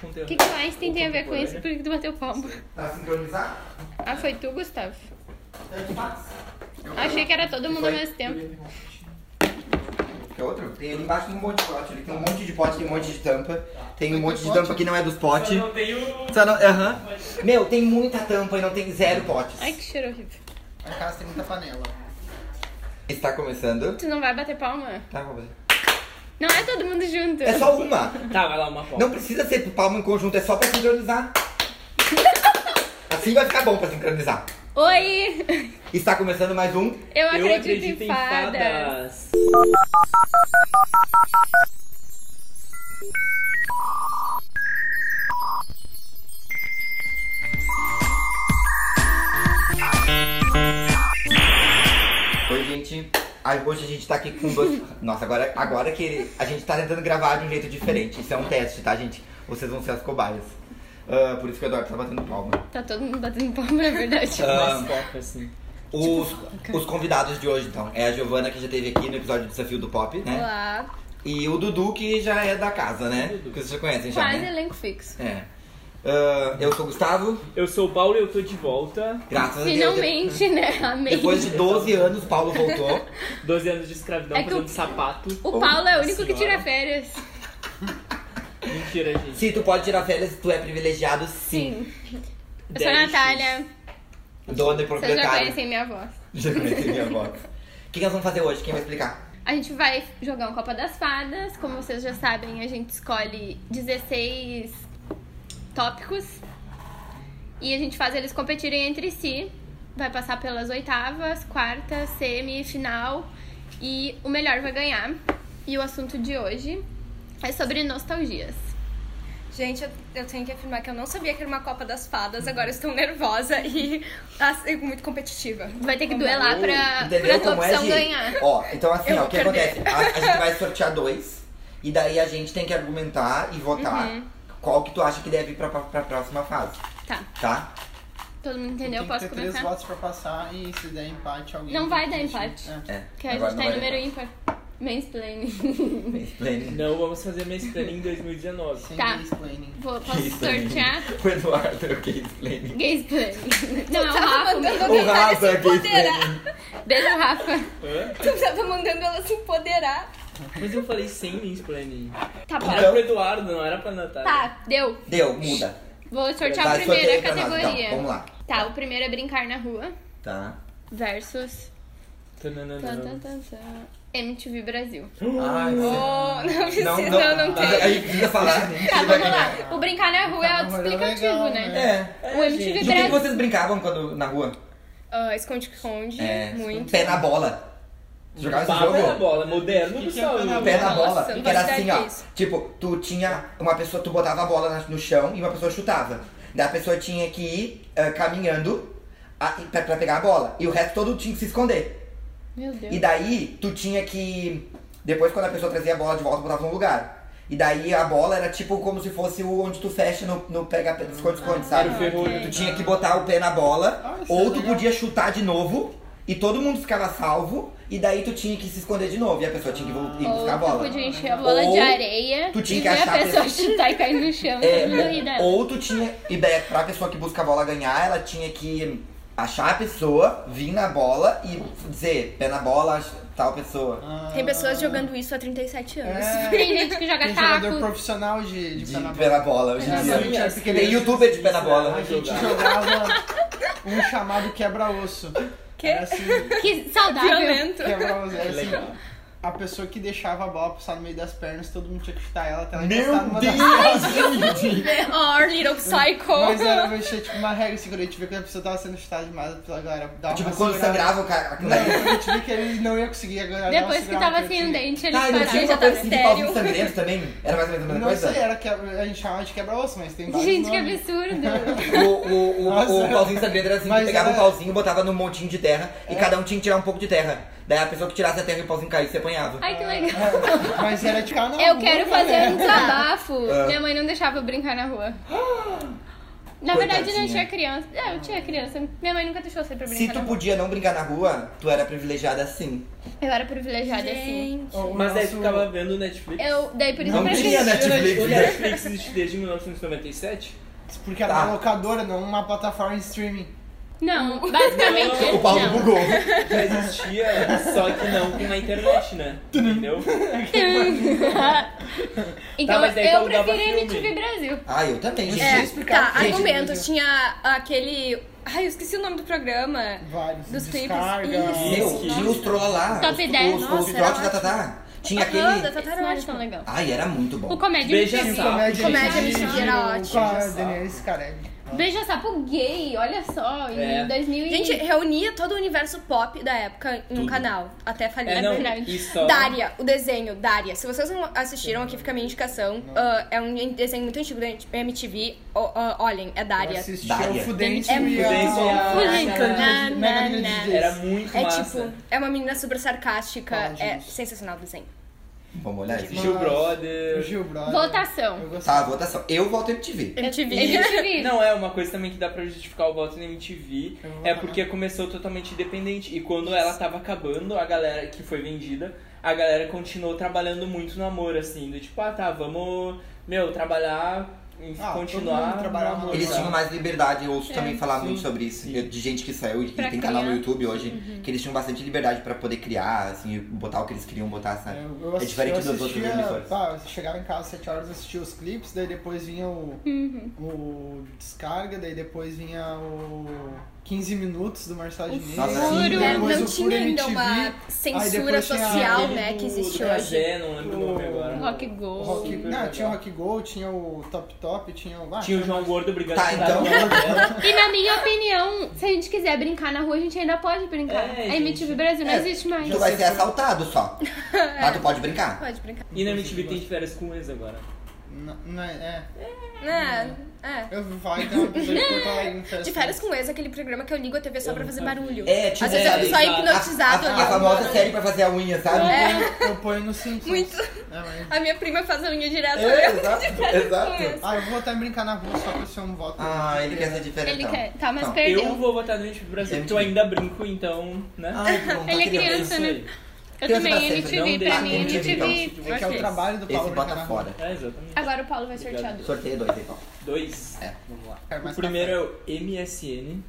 conteúdo. O que, que mais tem, O tem a ver com isso? Por contemporâneo. que tu bateu palma? Tá sincronizado? Ah, foi tu, Gustavo? Então te faz. Achei que era todo mundo ao Foi. mesmo tempo. Quer outro? Tem ali embaixo tem um monte de pote. Ali tem um monte de pote, tem um monte de tampa. Tem um monte de tampa que não é dos potes. Não tem o. Só não- aham. Meu, tem muita tampa e não tem zero potes. Ai, que cheiro horrível. A casa tem muita panela. Está começando? Tu não vai bater palma? Tá, vou fazer. Não é todo mundo junto. É só uma. Tá, vai lá, uma foto. Não precisa ser palma em conjunto, é só pra sincronizar. Assim vai ficar bom pra sincronizar. Oi! Está começando mais um. Eu acredito, Eu acredito em em fadas. fadas. Oi, gente. Aí, Hoje a gente tá aqui com dois. Nossa, agora, agora que a gente tá tentando gravar de um jeito diferente. Isso é um teste, tá, gente? Vocês vão ser as cobaias. Ah, por isso que o Eduardo tá batendo palma. Tá todo mundo batendo palma, na Ah. verdade. Umas fotos, assim. Os, os convidados de hoje, então, é a Giovana que já esteve aqui no episódio do Desafio do Pop, né? Olá. E o Dudu, que já é da casa, né? Dudu. Que vocês já conhecem já. Quase Né? elenco fixo. É. Ah, eu sou o Gustavo, Eu sou o Paulo e eu tô de volta. graças a Deus. Finalmente, né? Amei. Depois de 12 anos, Paulo voltou. 12 anos de escravidão É que fazendo o- sapato. O Paulo é o único que Senhora. tira férias. Mentira, gente. Se tu pode tirar férias, tu é privilegiado, sim. Sim. Eu sou a Natália. Dona Vocês já e proprietária. conhecem minha voz. Já conheci minha voz. O que, que nós vamos fazer hoje? Quem vai explicar? A gente vai jogar um Copa das Fadas. Como vocês já sabem, a gente escolhe 16 tópicos e a gente faz eles competirem entre si. Vai passar pelas oitavas, quartas, semi, final e o melhor vai ganhar. E o assunto de hoje é sobre nostalgias. Gente, eu, eu tenho que afirmar que eu não sabia que era uma Copa das Fadas, agora eu estou nervosa e assim, muito competitiva. Vai ter que é? duelar pra, pra Entendeu tua como é, opção gente? ganhar. Ó, então assim, Eu ó, o vou que perder. acontece? A, a gente vai sortear dois. E daí a gente tem que argumentar e votar Uhum. qual que tu acha que deve ir pra, pra próxima fase, Tá, tá? todo mundo entendeu? Tem que Posso ter três começar? votos pra passar e se der empate, alguém. Não tem vai que dar empate. decidir. É. É. Porque a gente tá em número ímpar. Mansplaining. ímpar. Não vamos fazer mansplaining em 2019. É, Sem Tá. explaining. Vou, posso sortear? O Eduardo, eu que explaining. Gays Planning. um Não, é o Rafa. mesmo. mandando O ela Rafa se é gay empoderar. explaining. Beijo, Rafa. Hã? Tu tava mandando ela se empoderar. Mas eu falei sem mansplaining. Tá bom. Era pro Eduardo, não era pra Natália. Tá, deu. Deu, muda. Vou sortear Tá, a primeira sorteio pra nós, categoria. então. Vamos lá. Tá, o primeiro é brincar na rua Tá. versus tan, tan, Tananana. tan, tan, MTV Brasil. Ai, Oh, não precisa, não, não tem. Aí precisa falar. Tá, vamos lá. O brincar na rua é Tá, autoexplicativo, legal, né? né? É. O MTV De que Brasil. vocês brincavam quando, na rua? Ah, Esconde-esconde, É, muito. Pé na bola. Jogava esse Papo é na jogo? bola, né? moderno Que do que é pé na Saúl. bola? Pé na bola. Nossa, não que era faço assim, ideia ó. disso. Tipo, tu tinha uma pessoa, tu botava a bola na- no chão e uma pessoa chutava. Daí a pessoa tinha que ir eh, caminhando a, pra, pra pegar a bola. E o resto todo tinha que se esconder. Meu E Deus. daí, tu tinha que. Depois, quando a pessoa trazia a bola de volta, botava no lugar. E daí a bola era tipo como se fosse o onde tu fecha no, no pega esconde esconde, sabe? Era o ferrolho. Tu tinha que botar o pé na bola, né? Ah, isso é ou tu legal. podia chutar de novo, e todo mundo ficava salvo, e daí tu tinha que se esconder de novo, e a pessoa tinha que vol- ir Ou buscar a tu bola. podia encher a bola de Ou areia tu tinha e que ver a achar a pessoa chutar e cair no chão É, e rir dela. ou tu tinha. E daí, pra pessoa que busca a bola ganhar, ela tinha que achar a pessoa, vir na bola e dizer, pé na bola, ach- tal pessoa. Ah, Tem pessoas jogando isso há 37 anos. É. Tem gente que joga Tem jogador taco. profissional de, de, de pé na pé na bola hoje em É, dia. mas é porque Tem eles- youtuber de pé na bola. né, A gente Jogar. jogava um chamado quebra-osso. Que? Era assim, Que saudável. Violento. quebra-osso. Era assim, Legal. a pessoa que deixava a bola passar no meio das pernas, todo mundo tinha que chutar ela Tá até ela encostar numa Meu das Deus! gente! Our little psycho. Mas é era vai ser, tipo uma regra segura, a gente vê que a pessoa tava sendo chutada demais pela galera. Dava Tipo, uma quando segurada. sangrava o cara. aquilo Não, ali. a gente viu que ele não ia conseguir agora. Depois que tava sem o dente, ele Tá, e não tinha parava. uma coisa já tá assim de pauzinho estéril. sangrento também? Era mais ou menos a mesma Não coisa? sei, era quebra, a gente chamava de quebra-osso, mas tem vários Gente, que nomes. absurdo. O, o, o, Nossa. o pauzinho sangrento era assim, tu Mas pegava um era- pauzinho, botava num montinho de terra e cada um tinha que tirar um pouco de terra. Daí a pessoa que tirasse a terra e o pauzinho caísse, você apanhava. Ai, que legal. É, Mas era de cara na Eu rua, quero cara. fazer um desabafo. Ah. Minha mãe não deixava eu brincar na rua. Na verdade, eu não Coitadinha. tinha criança. É, eu tinha criança. Minha mãe nunca deixou eu sair pra Se brincar. tu na podia não brincar na rua, tu era privilegiada assim. rua. Eu era privilegiada assim. Gente. O Mas daí nosso- ficava vendo Netflix. Eu, daí por isso Não eu preferi. é tinha, né? Netflix. O Netflix existe desde 1997? Porque era Tá. uma locadora, não uma plataforma de streaming. Não, basicamente. O não. bugou. Já existia, só que não com a internet, né? Entendeu? então Tá, mas daí tu então eu alugava preferi um filme. MTV Brasil. Tá Ah, eu também, gente. É, explicar, tá, gente, argumento. muito. Tinha aquele. Ai, eu esqueci o nome do programa. Vários. Dos clipes. Descarga. Isso. Meu, tinha os troll lá. Top os, 10, Os, os nossa, trotes era da Tatá. Tinha Aham, da aquele... Tata Esse não era tão Herói. legal. Ai, era muito bom. O Comédia Beija MTV. Sapo. Comédia MTV era Com ótimo. a Daenerys Carelli. Beija Sapo Gay, olha só, em É. 2000 e- Gente, reunia todo o universo pop da época num Tudo. canal. Até falir. É, não, verdade. e só... Daria, o desenho, Daria. Se vocês não assistiram, aqui fica a minha indicação. Ah, é um desenho muito antigo da MTV. Ó, ó, olhem, é Eu Daria. assisti Daria. o Fudência É e a... Fudência e a- Fudência. Na, Mega na, Menina na. de Era Jays. muito É massa. tipo, é uma menina super sarcástica. Fala, é Jesus. sensacional o desenho. Vamos olhar esse Gil jogo. Mas- O Brother... Gil Brother. Eu Votação. Tá, gostava. votação. Eu voto MTV. MTV. MTV. Não, é uma coisa também que dá pra justificar o voto na MTV. Eu vou É votar. porque começou totalmente independente. E quando ela tava acabando, a galera que foi vendida, a galera continuou trabalhando muito no amor, assim. Do tipo, ah tá, vamos, meu, trabalhar, em- Ah, todo continuar. mundo trabalhava no amor, Eles tá? tinham mais liberdade, eu ouço também falar sim. muito sobre isso. Sim. Eu- De gente que saiu e Pra tem canal no criar. YouTube hoje, que eles tinham bastante liberdade pra poder criar, assim, botar o que eles queriam botar, sabe? Eu, eu assisti- é diferente eu dos outros assistia- emissores. Tá, eu chegava em casa às 7 horas, assistia os clipes, daí depois vinha o, Uhum. o Descarga, daí depois vinha o 15 Minutos do Marcelo Diniz. Nossa, Depois sim. o É, Depois não tinha ainda MTV, uma depois tinha censura social, Aquele né, do- que existe do hoje. Cazé, não lembro o nome agora. Rock o Go. Rock, Super não, legal. tinha o Rock Go, tinha o Top Top, tinha o... Ah, Tinha o João Gordo brigando Tá, com o então- Daniel. E na minha opinião, se a gente quiser brincar na rua, a gente ainda pode brincar. É, a MTV gente. Brasil não É, existe mais. Tu vai ser assaltado só. Mas tu pode brincar. Pode brincar. E na MTV tem de férias com eles agora. Não, não é, é. É, é. Eu vi falar que tem uma pessoa de Porto Alegre no festa. De férias com ex, aquele programa que eu ligo a TV só pra fazer barulho. É, tipo, Às vezes sabe, eu só é hipnotizado a, a, a ali. famosa série pra fazer a unha, sabe? Eu, eu ponho no Simpsons. É. Muito. É, mas- A minha prima faz a unha direto. É, eu exato, de férias exato. com ex. Ah, eu vou voltar a brincar na rua só pra ser um voto. Ah, ele quer ser diferente. Ele quer. Tá, mas Não. perdeu. Eu vou votar no MTV É Brasil, porque eu ainda brinco, então, Ah, né? Ai, que bom, tá Ele é criança. criança, né? Eu Criança também, pra sempre, não MTV, pra dá. mim, MTV, MTV. então. É que é o vocês. trabalho do Paulo Esse brincar bota na rua. fora. É, exatamente. Ah. Agora o Paulo vai sortear duas. Sorteio dois, então. Dois. É. Vamos lá. Quero mais O primeiro é o MSN.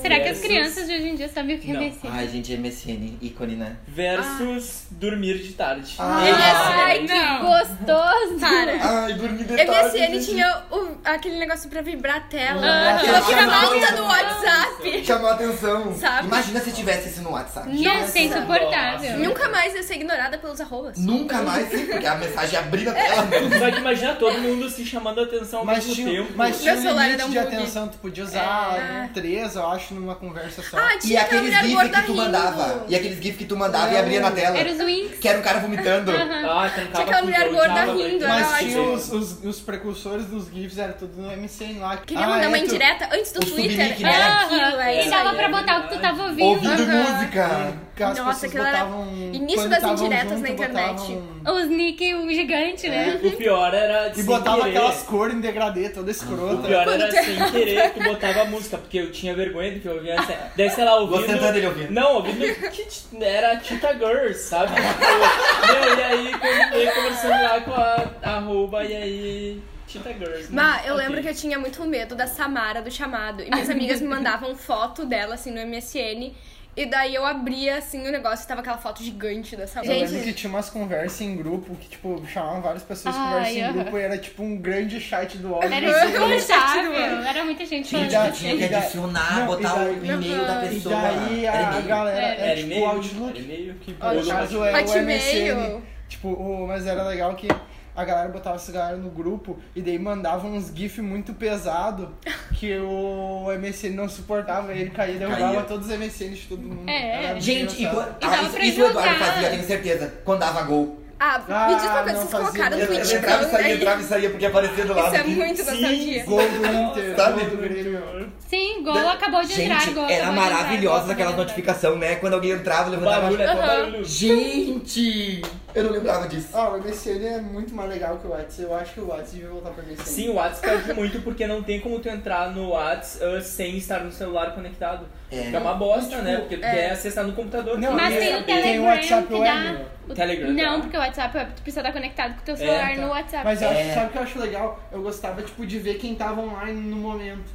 Será que as Versus- crianças de hoje em dia sabem o que é Não. MSN? Ai, gente, MSN, ícone, né? Versus dormir de tarde. Ah. Ah. Ai, Ai, que não. gostoso! Para. Ai, dormi de MSN tinha o- aquele negócio pra vibrar a tela. Ah, que Colocou na chamava malta atenção. do WhatsApp. Chamou a atenção. Sabe? Imagina se tivesse isso no WhatsApp. Nossa, é insuportável. Nunca mais ia ser ignorada pelos arrobas. Nunca mais, porque a mensagem abriu a tela. Só que imagina todo mundo se chamando a atenção ao Mas mesmo tinha, tempo. mas tinha Meu um celular limite era um de bug. É. atenção, tu podia usar um três, eu acho, numa conversa só. Ah, E tinha aquela aqueles mulher gifs gorda que tu rindo. mandava. E aqueles gifs que tu mandava e abria na tela. Era os Winx. Que era um cara vomitando. Ah, trancava Tinha aquela tudo, mulher eu gorda odiava rindo, muito. era Mas ótimo. tinha os, os, os precursores dos GIFs, era tudo no MCN lá. Queria Ah, mandar é, uma tu- indireta antes do o Twitter. subnick, né? Era Aham. aquilo, é E isso. dava aí. pra botar o que tu tava ouvindo. Ouvindo Aham. música. que as Nossa, pessoas aquilo era botavam- um- início quando das estavam indiretas junto, na internet. botavam- um- Os Nick e o gigante, né? O pior era E sem botava querer. aquelas cores em degradê, toda O escrota. pior é era sem querer, tu botava a música, porque eu tinha vergonha do que eu ouvia. assim. Daí, sei lá, ouvindo... Você tentando ele ouvindo. Não, ouvindo... que ti- Era Tita Girls, sabe? Tipo, Meu, e aí, quando eu ia conversando lá com a arroba, e aí... Tita Girls. né? Mas eu Ok. lembro que eu tinha muito medo da Samara do chamado. E minhas amigas me mandavam foto dela, assim, no MSN. E daí eu abria, assim, o negócio e tava aquela foto gigante da Samara. Eu lembro que tinha umas conversas em grupo que, tipo, chamavam várias pessoas Ai, conversas em aham. grupo e era tipo um grande chat do ódio. Era Eu não insuportável. sei Era muita gente falando. assim. Gente, dá- eu tinha que e daí- adicionar, não, botar e o e-mail da E pessoa. daí Era a, a e-mail. galera Era era, tipo o e-mail, era Outlook. e-mail que... Ah, No caso é o Hotmail. MSN. Tipo, o- mas era legal que a galera botava essa galera no grupo e daí mandava uns GIF muito pesado que o MSN não suportava e ele caía e derrubava Caía. todos os MSNs de todo mundo. É. Era muito Gente, e engraçado. quando- dava ah, isso, pra isso o Eduardo jogar. fazia, tenho certeza. Quando dava gol. Ah, me diz uma Ah, coisa, não vocês fazia colocaram o ideia. Twitch entrava e saía, aí. entrava e saía, porque aparecia do lado. Isso é muito nostalgia. Gol do Inter, Sabe? gol do Grêmio. Sim, gol acabou de entrar. Gente, gol acabou de entrar, era né? gol maravilhosa acabou de aquela entrar. notificação, né? Quando alguém entrava, levantava. Barulho, é só Aham. barulho. Gente! Eu não lembrava disso. Ah, o MSN é muito mais legal que o WhatsApp. Eu acho que o WhatsApp devia voltar pro MSN. Sim, o Whats perde muito porque não tem como tu entrar no Whats ah, sem estar no celular conectado. É. Que é uma bosta, né? Porque tu é. quer acessar no computador. Não, Mas e tem e o tem o Telegram WhatsApp que Web. dá. O Telegram. Não, tá? porque o WhatsApp é- tu precisa estar conectado com o teu É, celular tá. no WhatsApp. Mas eu acho- É. sabe o que eu acho legal? Eu gostava, tipo, de ver quem tava online no momento.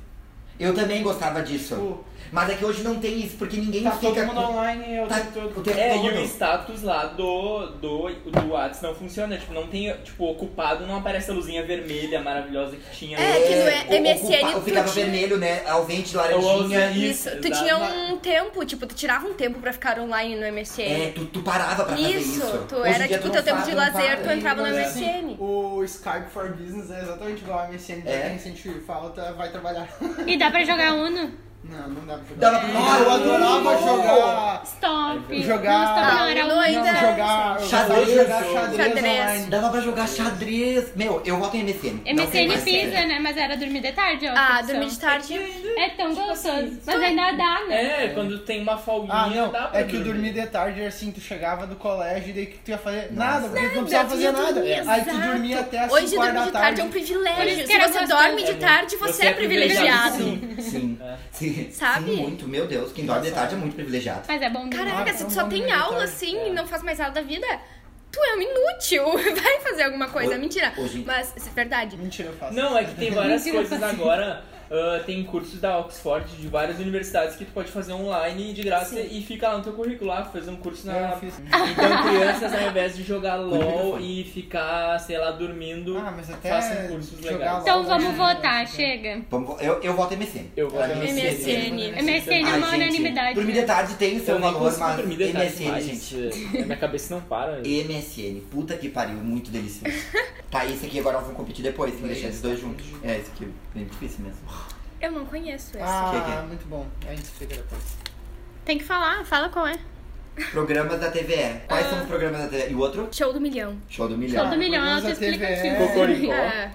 Eu também gostava disso. Tipo, Mas é que hoje não tem isso, porque ninguém tá todo fica. mundo com- online eu Tá- tempo o todo. tempo É, e todo. o status lá do, do, do Whats não funciona. Tipo, não tem, tipo, ocupado, não aparece a luzinha vermelha maravilhosa que tinha. É, que no o- MSN ocupa- tu ficava tinha- vermelho, né? Ausente, Eu laranjinha. ausente. Isso, Isso, tu exato. tinha um tempo, tipo, tu tirava um tempo pra ficar online no MSN. É, tu, tu parava pra fazer Isso, isso. tu Hoje em era dia tipo tu teu não tempo para, de não lazer, para. tu entrava no Mas, assim, MSN. O Skype for Business é exatamente igual ao MSN. Pra É. quem sente falta, vai trabalhar. E dá pra jogar Uno? Não, não dá pra Dava jogar. pra Ah, eu adorava jogar... Stop. Jogar- Não, stop, não, era Não, Uno. ainda- Não, jogar... eu Xadrez. gostava de jogar xadrez, Xadrez. online. É, Dava pra jogar xadrez. Meu, eu voto em MSN. Não é MSN tem mais pisa, sério. né? Mas era dormir de tarde, ó. Ah, dormir de tarde. É tão gostoso. mas ainda dá, né? É, quando tem uma folguinha, Ah, não, dá pra é que o dormir de tarde era assim, tu chegava do colégio e daí que tu ia fazer nada, porque tu não Nada, precisava tu fazer ia nada. dormir, Aí tu exato. dormia até as Hoje 5 horas dormir de da tarde tarde. é um Por isso privilégio. que Se era você gostoso. dorme de tarde, você, é privilegiado. Sim. Sim. É. Sim. Sabe? Sim, muito. Meu Deus, quem dorme de tarde é muito privilegiado. Mas é bom dormir. Caraca, Ah, se então tu só vamos tem dormir de aula tarde. assim e não faz mais nada da vida, tu é um inútil. Vai fazer alguma coisa. Ho- Mentira. hoje- Mas, isso é verdade. Mentira, eu faço. Não, é que tem várias Mentira, coisas faz isso. agora. ah, tem cursos da Oxford de várias universidades que tu pode fazer online de graça e fica lá no teu currículo. Ah, fazer um curso na. É, Eu fiz. é Então, crianças, ao invés de jogar LOL e ficar, sei lá, dormindo, Ah, mas até façam cursos jogar né? legais. LOL. Então vamos votar, chega. Vamos vo- Eu, eu voto MSN. Eu vou Olha, MSN. MSN. MSN é uma Ai, gente, unanimidade. Dormir de né? tarde tem o seu Eu nem valor, consigo mas dormir de tarde MSN, mais. gente. eh, Minha cabeça não para. MSN, puta que pariu, muito delicioso. tá, esse aqui agora nós vamos competir depois, tem que deixar esses dois juntos. É, esse aqui é bem difícil mesmo. Eu não conheço essa. Ah, Que que é? muito bom. A gente explica depois. Tem que falar, fala qual é. Programas da TVE. Quais são os programas da TVE? E o outro? Show do milhão. Show do Show milhão. do milhão é mas a autoexplicativo. TV é- Cocoricó. É.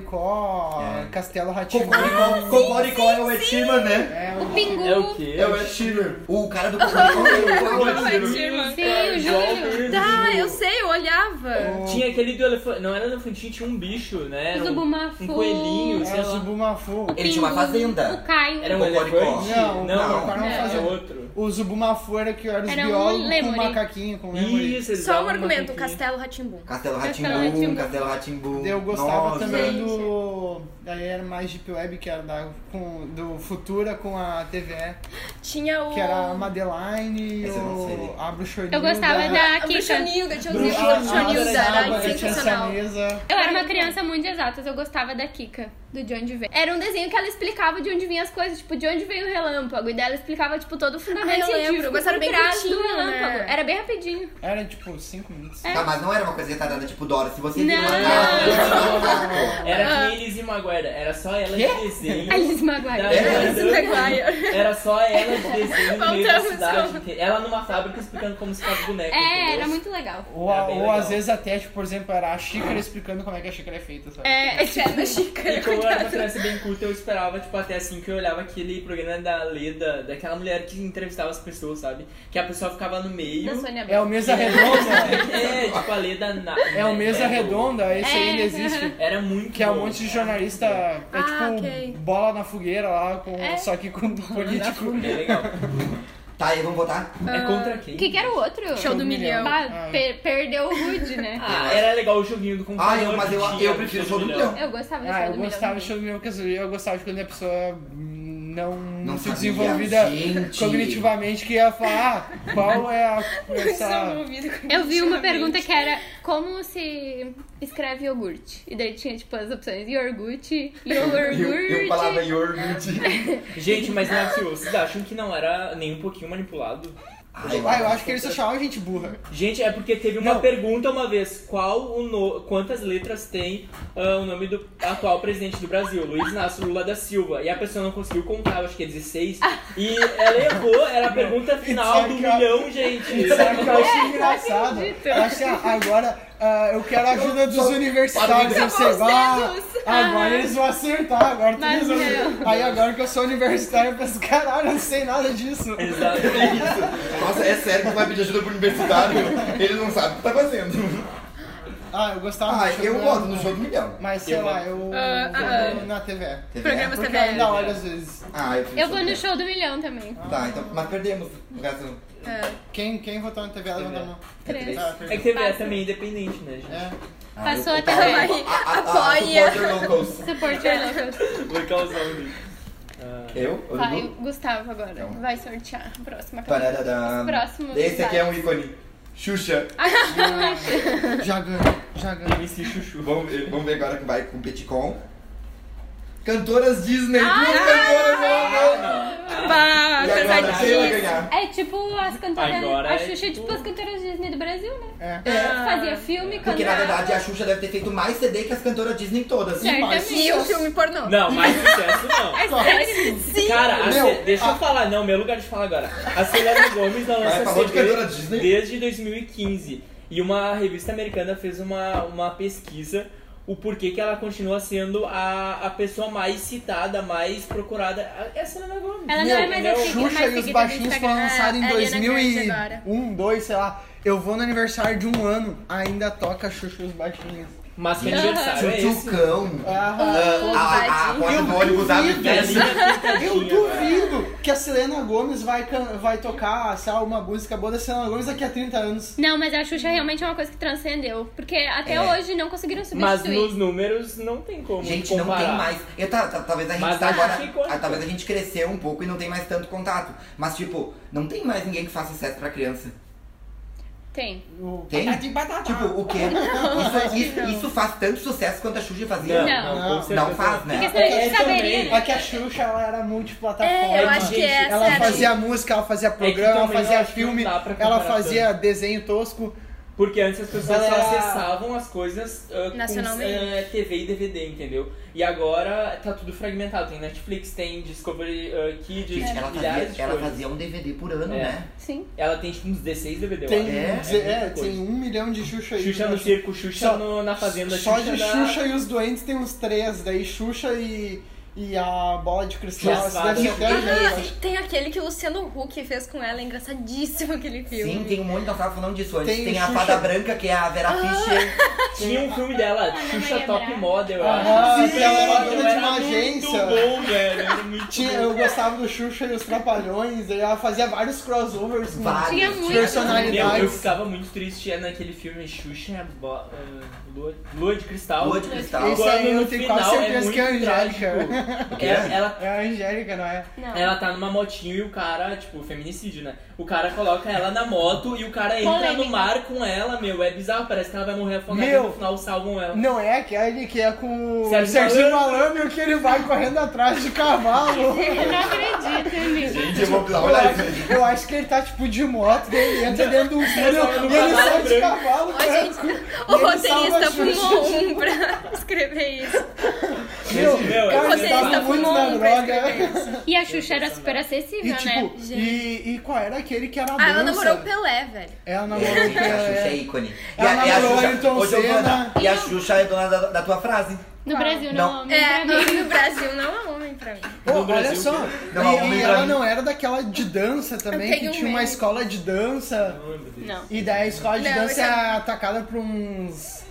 Cocoricó, É. Castelo Ratinho. Cocoricó, Cocoricó é o Ed Sheeran, né? É, O o Pingu. É o quê? É o Ed Sheeran. O cara do Cocoricó é o Ed Sheeran. Sim, o Júlio. Tá, eu sei, eu olhava. Tinha aquele do elefante. Não era elefantinho, tinha um bicho, né? Era O um- Zubumafu. Um coelhinho, sei é, o lá. Zubumafu. Ele tinha uma Pingu, fazenda. É O Caio. Era um Cocoricó. elefante? Não, não, Cocoricó não era fazia. outro. O Zubumafu era que era os Era um biólogos com lêmure. macaquinho, com lembro. Isso, eles Só um davam uma argumento, o tanquinha. Castelo Ratimbum. Castelo Castelo Ratimbum, Rá-Tim-Bum. Castelo Ratimbum. Eu gostava Nossa. também Gente. do. Daí era mais Deep Web, que era da, com, do Futura com a TVE, Tinha o. que era a Madeline, Essa eu não sei. o Abro Chorinho. Eu gostava da A Kika. Bruxonilda, tinha o Bruxa, Zé a Bruxonilda, Sábado, era que tinha essa sensacional. mesa. Eu era uma criança muito de exatas, eu gostava da Kika, do de onde veio. Era um desenho que ela explicava de onde vinha as coisas, tipo, de onde veio o relâmpago. E dela explicava, tipo, todo o fundamento Ah, eu lembro, científico mas por era bem trás do curtinho, relâmpago. né? Era bem rapidinho. Era tipo 5 minutos. Tá, mas não era uma coisa retardada tipo Dora. Se você viu tá, Não. uma cara, Era que eles e Maguire, era só ela de desenho. Alice Maguire. Daí ela Alice Maguire. Era só ela de desenho no meio da Voltamos cidade. com- inteira. Ela numa fábrica explicando como se faz boneco. É, entendeu? era muito legal. Ou, Era a- bem ou às legal. vezes até, tipo, por exemplo, era a xícara explicando como é que a xícara é feita, sabe? É, é tipo, Era da Chica. E como eu era uma criança bem curta, eu esperava, tipo, até assim que eu olhava aquele programa da Leda, daquela mulher que entrevistava as pessoas, sabe? Que a pessoa ficava no meio. da Sônia É o Abrão. Mesa Redonda. É, tipo, a Leda na. É o Mesa Redonda, esse aí ainda existe. Era muito. Que é um bom. monte de jornalista. É Ah, tipo ok. bola na fogueira lá, com, É. só que com político. É legal. Tá, aí vamos votar? É contra quem? O que, que era o outro? Show do milhão. Ah. Bah, per- perdeu o Rude, né? Ah, era legal o joguinho do computador. Ah, eu- mas eu- que tinha eu prefiro no o jogo do milhão. Eu gostava do Ah, show eu do milhão. gostava do também. show do meu caso, eu gostava de quando a pessoa hum, não, não se sabia, desenvolvida gente. cognitivamente que ia falar ah, qual é a essa... Eu vi uma pergunta que era como se escreve iogurte. E daí tinha, tipo, as opções iogurte, Eu, eu falava iogurte. iogurte. Gente, mas não é assim, vocês acham que não era nem um pouquinho manipulado? Ah, eu acho que eles achavam a gente burra. Gente, é porque teve uma Não. pergunta uma vez: qual o no... quantas letras tem ah, o nome do atual presidente do Brasil, Luiz Inácio Lula da Silva? E a pessoa não conseguiu contar, eu acho que é 16. E ela errou, era a pergunta final Saca. é do milhão, gente. É, Sabe o que eu acho engraçado? Eu acho que agora ah, eu quero a ajuda dos universitários. Eu sei, ah, dedos. agora eles vão acertar, agora tu Mas resolveu. não. Aí agora que eu sou universitário, eu penso, caralho, eu não sei nada É. disso. É. Exato. Nossa, é sério que tu vai pedir ajuda pro universitário? Ele não sabe o que tá fazendo. Ah, eu gostava Ah, muito de eu jogar, gosto no jogo milhão. Mas sei Eu lá, eu Ah, ah, jogo na TV. Programas Porque TV. eu ainda olho às vezes. Ah, eu prefiro Eu vou no jogo. show do milhão também. Tá, então, mas perdemos, no caso. É. Quem, quem votou na TV, levanta a mão. Três. É Ah, que perfeito. TV é também independente, né, gente? É. Ah, Passou eu- até Ah, lá. a- a- a- Apoia. supporter locals. Support your local. um Localzão, gente. Ah, Eu? Eu Vai, vou- Gustavo agora. Então. Vai sortear a próxima. Pararará. Próximo Esse aqui é um vai. ícone. Xuxa. Ah. Ah, é Já ganho, já ganho. MC Chuchu. Vamos ver, vamos ver agora que vai competir com. Cantoras Disney. Ah, Duas cantoras, não, não. Bah, E agora, quem vai pesadinha. ganhar? É tipo as cantoras. Agora a é Xuxa é tipo tipo- as cantoras Disney do Brasil, né? É. Fazia filme, Porque na cantava. verdade a Xuxa deve ter feito mais CD que as cantoras Disney todas. E o Certamente. filme pornô. Não, mais sucesso não. Sim. Cara, a Meu, Ce- deixa eu falar, não, meu lugar de falar agora. A Selena Gomes não Ela lança falou de cantora CD Disney. desde 2015. E uma revista americana fez uma, uma pesquisa o porquê que ela continua sendo a, a pessoa mais citada, mais procurada. É a Selena Gomes. Ela não Meu, é mais meu, assim. Fica Xuxa mais e os seguida no baixinhos Instagram. foram lançados em Ah, Ariana Grande 2001, 2, um, sei lá. Eu vou no aniversário de um ano, ainda toca Xuxa e os baixinhos. Mas que Aham. aniversário é esse? Tchutchucão. Ah, Ah, um a- a roda do ônibus abre duvido. é e fecha. eu duvido que a Selena Gomes vai, can- vai tocar, sei lá, uma música boa da Selena Gomes daqui a 30 anos. Não, mas a Xuxa realmente é uma coisa que transcendeu. Porque até É. hoje não conseguiram Mas substituir. nos números não tem como Gente, não comparar. tem mais. Eu tá, tá- talvez a gente Mas tá a gente agora. ficou. ah, talvez a gente cresceu um pouco e não tem mais tanto contato. Mas, tipo, não tem mais ninguém que faça sucesso pra criança. Tem. O- Tá Tem? Patati patatá. Tipo, o quê? Isso, isso- isso faz tanto sucesso quanto a Xuxa fazia. Não, Não. não, Não com certeza faz, né? Porque senão a gente É, saberia, também. né? É que a Xuxa, ela era multiplataforma. É, eu acho que Gente, essa tá Ela era- fazia música, ela fazia É que programa, ela também eu fazia acho que não filme, dá pra ela comparar fazia desenho tosco. Porque antes as pessoas Ela só era- acessavam as coisas ah, Nacionalmente. com ah, TV e DVD, entendeu? E agora tá tudo fragmentado. Tem Netflix, tem Discovery ah, Kids, Gente, ela milhares de fazia, ela coisas. fazia um DVD por ano, É. né? Sim. Ela tem tipo uns 16 DVD, eu Tem, acho. É, dizer- é é, muita tem coisa. um milhão de Xuxa e Xuxa no circo, Xuxa Só- no- na fazenda, Só tá Xuxa de na... Xuxa e os doentes tem uns três, daí Xuxa e, e a bola de cristal. Xuxa Isso deve ser até Fada. hoje, eu Ah, acho. tem aquele que o Luciano Huck fez com ela, é engraçadíssimo aquele filme. Sim, tem um monte, nós tava falando disso antes. Tem Tem, o a Xuxa- Fada Branca, que é a Vera Fischer. Tinha um filme dela, Xuxa Maria Top Braga. Model, eu acho. Aham, Sim, que Ah, ela era Model dona de uma muito agência. bom, velho. Era muito Tinha, bom. eu gostava do Xuxa e os Trapalhões, daí ela fazia vários crossovers com Vários. Tinha muito. Meu, eu personalidades. ficava muito triste é naquele filme Xuxa e a Bo- ah, Lua, Lua de Cristal. Lua de Cristal. Esse Quando aí eu no tenho final quase é certeza muito que é a Angélica. trágico. O quê? Ela- ela, É a Angélica, não é? Não. ela tá numa motinho e o cara, tipo, feminicídio, né? O cara coloca ela na moto e o cara entra Polêmica. no mar com ela, meu. É bizarro, parece que ela vai morrer afogada Meu. e no final salvam ela. Não é aquele que é com o Sérgio Serginho Malandro que ele vai correndo atrás de cavalo. Eu não acredito, amigo. Gente, eu vou Eu olha isso. acho- Eu acho que ele tá tipo de moto, daí ele entra dentro de um túnel no e ele cavalo sai de branco. cavalo. Ô, branco. E gente, o ele salva a roteirista Xuxa. fumou um pra escrever isso. Meu, Meu, cara, esse ele tava roteirista muito fumou na um pra droga. escrever isso. E a Xuxa era super acessível, E né? tipo, e, e qual era aquele que era a dança? Ah, ela namorou o Pelé, velho. É, Ela namorou o Gente, a Xuxa é Pelé. ícone. Ela namorou Ayrton Ô, Giovana, Senna. e a Xuxa é dona da, da tua frase. No Brasil Não. não, não. É, no Brasil não é homem pra mim. Pô, No olha Brasil, é só, Não, e- a e, Homem pra ela mim. não era daquela de dança também, tenho que um tinha uma meme. escola de dança. Não. E daí a escola de Não, dança esse é é- atacada por uns.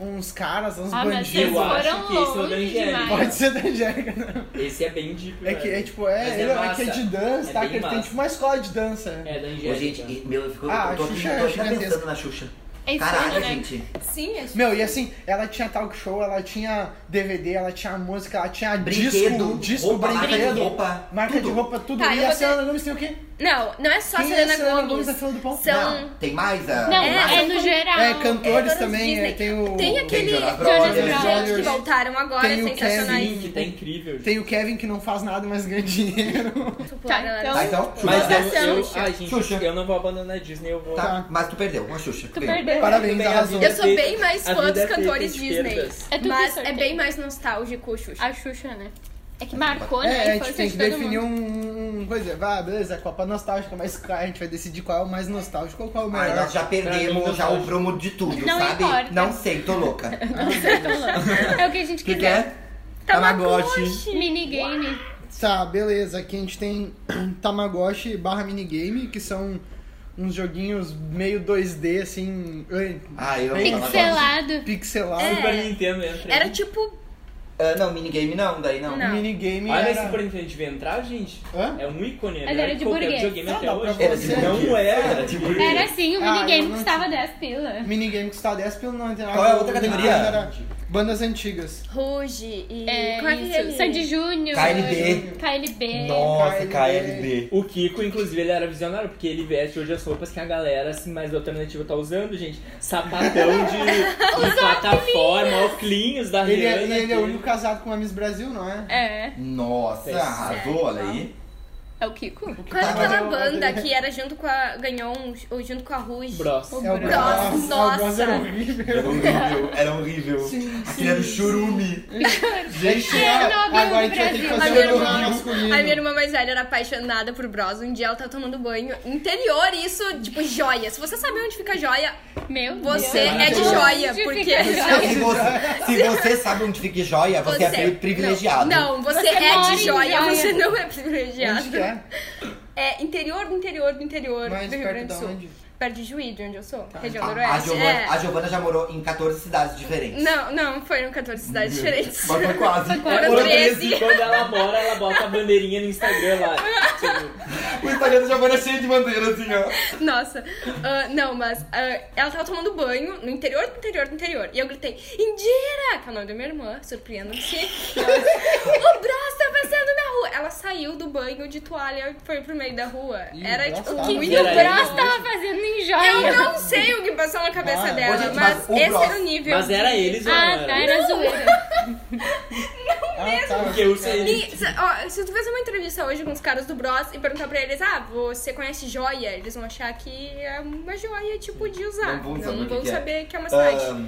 uns caras, uns Ah, mas vocês Eu um- bandidos. acho foram que esse é o da longe Angélica. demais. Pode ser da Angélica, não. Esse é bem deep, É que é velho. tipo, é, Mas ele é, massa. que é de dança, É tá? bem Que ele tem massa. tipo uma escola de dança. É da Angélica. Ô, gente, e- meu, eu fico. Ah, eu tô, a Xuxa é eu tô aqui gigantesca. pensando na Xuxa. É insano, Caraca, né? gente. Sim, acho. Meu, e assim, ela tinha talk show, ela tinha DVD, ela tinha música, ela tinha Brinquedo, disco, disco roupa, marca de brinquedo, roupa, marca tudo. de roupa, tudo. Tá, e eu a vou ter- Selena Gomes tem o quê? Não, não é só Quem é a Selena Selena Gomes. Gomes da Fila do Pão? São. Não, tem mais a. então, Não, mais a- é, no geral. É, cantores É, também, Disney. é, tem o. Tem Tem aquele. Jonas Jonas Brothers. Brothers. Gente, que voltaram agora, Tem o sensacionais. Kevin. Que tá incrível, gente. Tem o Kevin que não faz nada, mas ganha dinheiro. Tá, galera. então- Tá, então, Xuxa. Mas Xuxa, eu, eu, Xuxa. ai, gente, Xuxa. eu não vou abandonar a Disney, eu vou... Tá, mas tu perdeu com a Xuxa. Tu Ganhou. perdeu. Parabéns, Tudo bem, arrasou. a vida Eu sou bem é mais feita- a fã vida dos é feita cantores de Disney. perdas. É tu que Mas é sorteia. Ah, bem mais nostálgico o Xuxa. A Xuxa, né? É que marcou, né? É, a a infância gente tem que de todo definir mundo. um, um coisa. Vai, beleza, Copa Nostálgica, mas claro, a gente vai decidir qual é o mais nostálgico ou qual é o melhor. Ai, nós já Pra mim, perdemos já o nostálgico. prumo de tudo, Não sabe? importa. Não sei, tô louca. É o que a gente O que, que quiser. é? Tá Tamagotchi. Minigame. Tá, beleza. Aqui a gente tem Tamagotchi barra minigame, que são uns joguinhos meio 2D, assim. ai, Ah, eu Bem amo Tamagotchi. Pixelado. Pixelado. É, Super É. Nintendo entra. Era aí. tipo. Ah, não, minigame não, daí não. Não. Minigame Olha esse era... Super Nintendo, a gente vê entrar, gente. Hã? É um ícone, né? Mas era de qualquer burguês. videogame Ah, até dá pra hoje. Era de não burguês. era. Era de burguês. Era assim, o Ah, minigame eu não custava 10 pila. Minigame que custa 10 pelo não entendeu. Qual é a outra categoria? bandas antigas. Ruge e. É, Qual que isso. ele- Sandy Júnior. KLB. KLB. Nossa, KLB. KLB. O Kiko, inclusive, ele era visionário, porque ele veste hoje as roupas que a galera assim, mais alternativa tá usando, gente. Sapatão de, de plataforma, óculos da Ele é, Rihanna. ele é que- o único casado com a Miss Brasil, não é? É, Nossa, arrasou, olha aí. é o Kiko. Qual era Tá, aquela mas eu- banda que era junto com a. ganhou um. ou junto com a Ruge? Bros. É Bros. o Bros. Nossa. É o Bros era horrível. Era horrível, era horrível. Sim, Aquele era o churume. Gente, Chernobyl agora a gente vai ter Brasil. que A fazer minha, um irmã, jogo masculino. a minha irmã mais velha era apaixonada por Bros. Um dia ela tava tomando banho interior, isso, tipo, joia. Se você sabe onde fica joia, Meu você Deus. é de Onde joia, fica porque. a joia? Se você, se você sabe onde fica joia, você, é meio privilegiado. Não, não, você, Você mora é em de joia, joia. você não é Onde privilegiado. que é? É interior do interior do interior Mais do Rio perto Grande do da Sul. onde? Perto de Juí, de onde eu sou, região tá. A, a, noroeste. Giovana, é. a Giovana já morou em 14 cidades diferentes. Não, não, foram 14 cidades diferentes. Mas foi quase. É Foram Quando, 13. quando ela mora, ela bota a bandeirinha no Instagram lá. Tipo, O Instagram da Giovana é cheio de bandeira, assim, ó. Nossa, ah, não, mas ah, ela tava tomando banho no interior do interior do interior. E eu gritei, Indira! Que é o nome da minha irmã, surpreendam-se. o braço tá passando na rua. Ela saiu do banho de toalha e foi pro meio da rua. Ih, Era o braço tipo tava- muito E o Era Bros ele. tava fazendo em Eu joia. não sei o que passou na cabeça Ah, dela, ô, gente, mas mas, o esse Bros- era o nível. mas era eles ou Ah, não tá, era? era zoeira. Ah, tá. Porque eu sei. E, se, ó, se tu fizer uma entrevista hoje com os caras do Bros e perguntar pra eles, ah, você conhece joia? Eles vão achar que é uma joia, tipo, de usar. Não vão saber o que que é. saber que é uma cidade.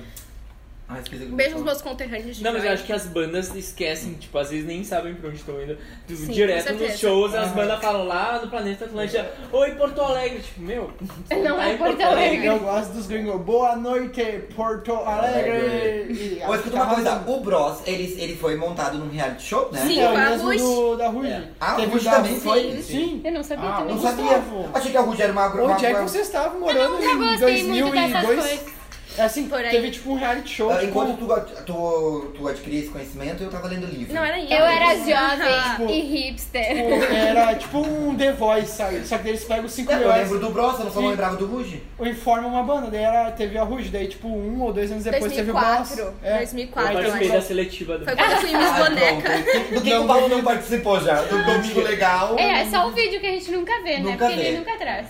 Ah, esqueci o que eu Beijo aos ia falar. meus conterrâneos de Não, mas eu joia. acho que as bandas esquecem, tipo, às vezes nem sabem pra onde estão indo. Tu- Sim, com Direto certeza. nos shows, as Ah. bandas falam lá no Planeta Atlântica, oi Porto Alegre. Tipo, meu, você Não tá é em Porto Alegre. Eu gosto dos gringos. Boa noite, Porto Alegre! Ô, escuta uma coisa. O Bros, ele, ele foi montado num reality show, né? Sim. É o Com a mesmo Ruge. do, da Ruge. É. Ah, o Teve Ruge da- também foi? Sim. Eu não sabia Ah, também. Não o sabia. Gustavo. Achei que a Ruge era uma... uma- Onde é que uma- vocês estavam morando Eu em gostei muito dessas 2002? coisas. É assim, Por aí. teve tipo um reality show. Ah, tipo, Enquanto tu, tu, tu adquiria esse conhecimento, eu tava lendo livro. Não, era isso. Eu era Aham. jovem e hipster. tipo, era tipo um The Voice, sabe? Só que eles pegam 5 Eu milhões lembro do Bros, eu não só Sim. não lembrava do Ruge. e formam uma banda. Daí era, teve a Ruge, daí tipo um ou dois anos depois teve o 2004. Boss. É. 2004, Eu eu participei da acho. seletiva do. Foi quando eu fui Ah, Miss Boneca. Do que que o Paulo não participou já? Do Domingo Legal. É, é assim, só o vídeo que a gente nunca vê, né? Nunca Porque vê. ele nunca traz.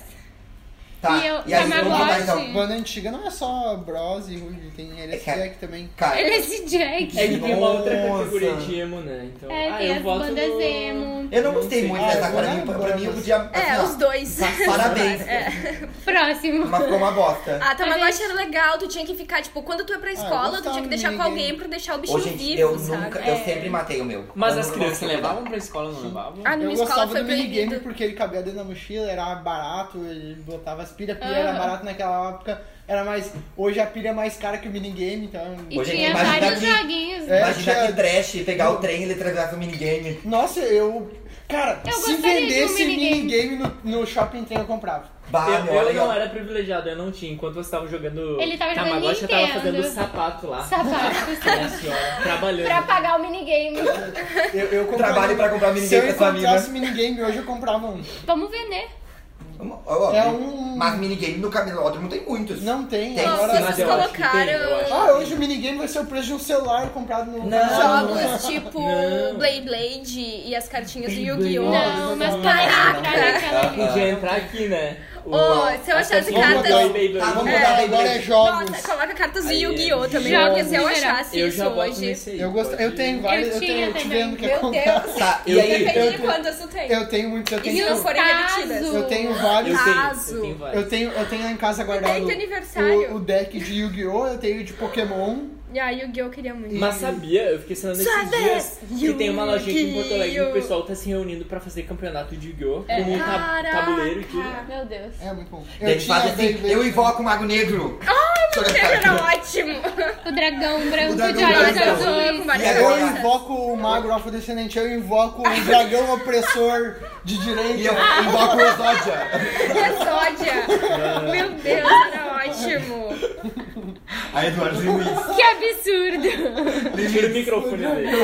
Tá, E eu- e aí, vamos lá Tamagotchi. então. Banda antiga não é só Bros e Ruge, tem LSD É que- aqui também. Cara, Ele é esse Jack. É que tem uma outra Nossa. categoria de emo, né? Então, É, ah, tem eu as voto bandas no- emo. eu não Não gostei sei. muito Ah, dessa. eu Pra não mim, lembro, pra mim, eu mas- podia... assim, É, ó, os dois. Parabéns. É. Próximo. Mas ficou uma bosta. Ah, A Tamagotchi gente- era legal, tu tinha que ficar, tipo, quando tu ia pra escola, tu Ah, gostava tinha que do deixar com minigame. alguém pra deixar o bichinho Ô, gente, vivo, eu sabe? nunca... É. Eu sempre matei o meu. Mas Eu as não crianças gosto. levavam pra escola, não levavam? Ah, na minha Eu escola gostava foi do minigame proibido. porque ele cabia dentro da mochila, era barato, ele botava as pilhas, a pilha era Aham. barato naquela época, era mais. Hoje a pilha é mais cara que o minigame, então. E Hoje tinha imagina vários que- joguinhos. É. Imagina tinha- que trash pegar o trem e ele atravessar o minigame. Nossa, eu. Cara, Eu se gostaria de um vendesse minigame. minigame no, no shopping trem eu comprava. Bah, eu meu, eu olha aí, ó. não era privilegiado, eu não tinha. Enquanto você tava jogando Ele tava jogando Tamagotchi, eu tava Nintendo. fazendo sapato lá. Sapatos. Né, senhora, trabalhando. pra pagar o minigame. Eu, eu comprava. Trabalhe pra comprar Se eu minigame pra sua amiga. encontrasse minigame hoje eu comprava um. Vamos vender. Ó, ó, É um- Mas minigame no camelódromo tem muitos. Não tem, Tem Nossa, agora. mas vocês eu acho que tem, eu acho. colocaram Ah, hoje o minigame vai ser o preço de um celular comprado no. Não. jogos tipo Não. Beyblade e as cartinhas do Beyblade. Yu-Gi-Oh! Não, mas não, para não, entrar naquela. Podia entrar aqui, né? O- Ô, se eu a achasse categoria cartas- do Beyblade. Tá, Vamos É. mudar agora é jogos. Nossa, coloca cartas do Aí é Yu-Gi-Oh! também, jogos. porque se eu achasse Eu isso já boto hoje. nesse aí. Eu, gosto, eu pode- tenho vários, eu tinha tenho eu te também. vendo que é Meu comprar. Deus! Tá, e Eu aí? tenho- Depende de eu- quantas tu tem. Eu tenho muitos, eu E se tenho. não forem é um Caso. repetidas? Eu tenho um Eu tenho, vários. eu tenho vários. Eu tenho, eu tenho lá em casa guardado deck de aniversário. O, o deck de Yu-Gi-Oh! Eu tenho de Pokémon. E aí o Gui eu queria muito. Mas sabia, eu fiquei sabendo esses Sabe, dias que tem uma lojinha aqui em Porto Alegre que Yu-Gi-Oh! o pessoal tá se reunindo pra fazer campeonato de Yu-Gi-Oh! É. Com um tab- Caraca! tabuleiro e tudo. Meu Deus. É muito bom. Daí eles fazem assim, Beyblade eu também. invoco o Mago Negro. Que era ótimo. O dragão branco dragão de olhos branco. Com azuis. várias E agora? É, Eu invoco o magro afrodescendente, eu invoco o dragão opressor de E direita. eu invoco o Exódia. Exódia. Meu Deus, era ótimo. Aí Eduardo Luiz. Que absurdo. Tira o microfone dele.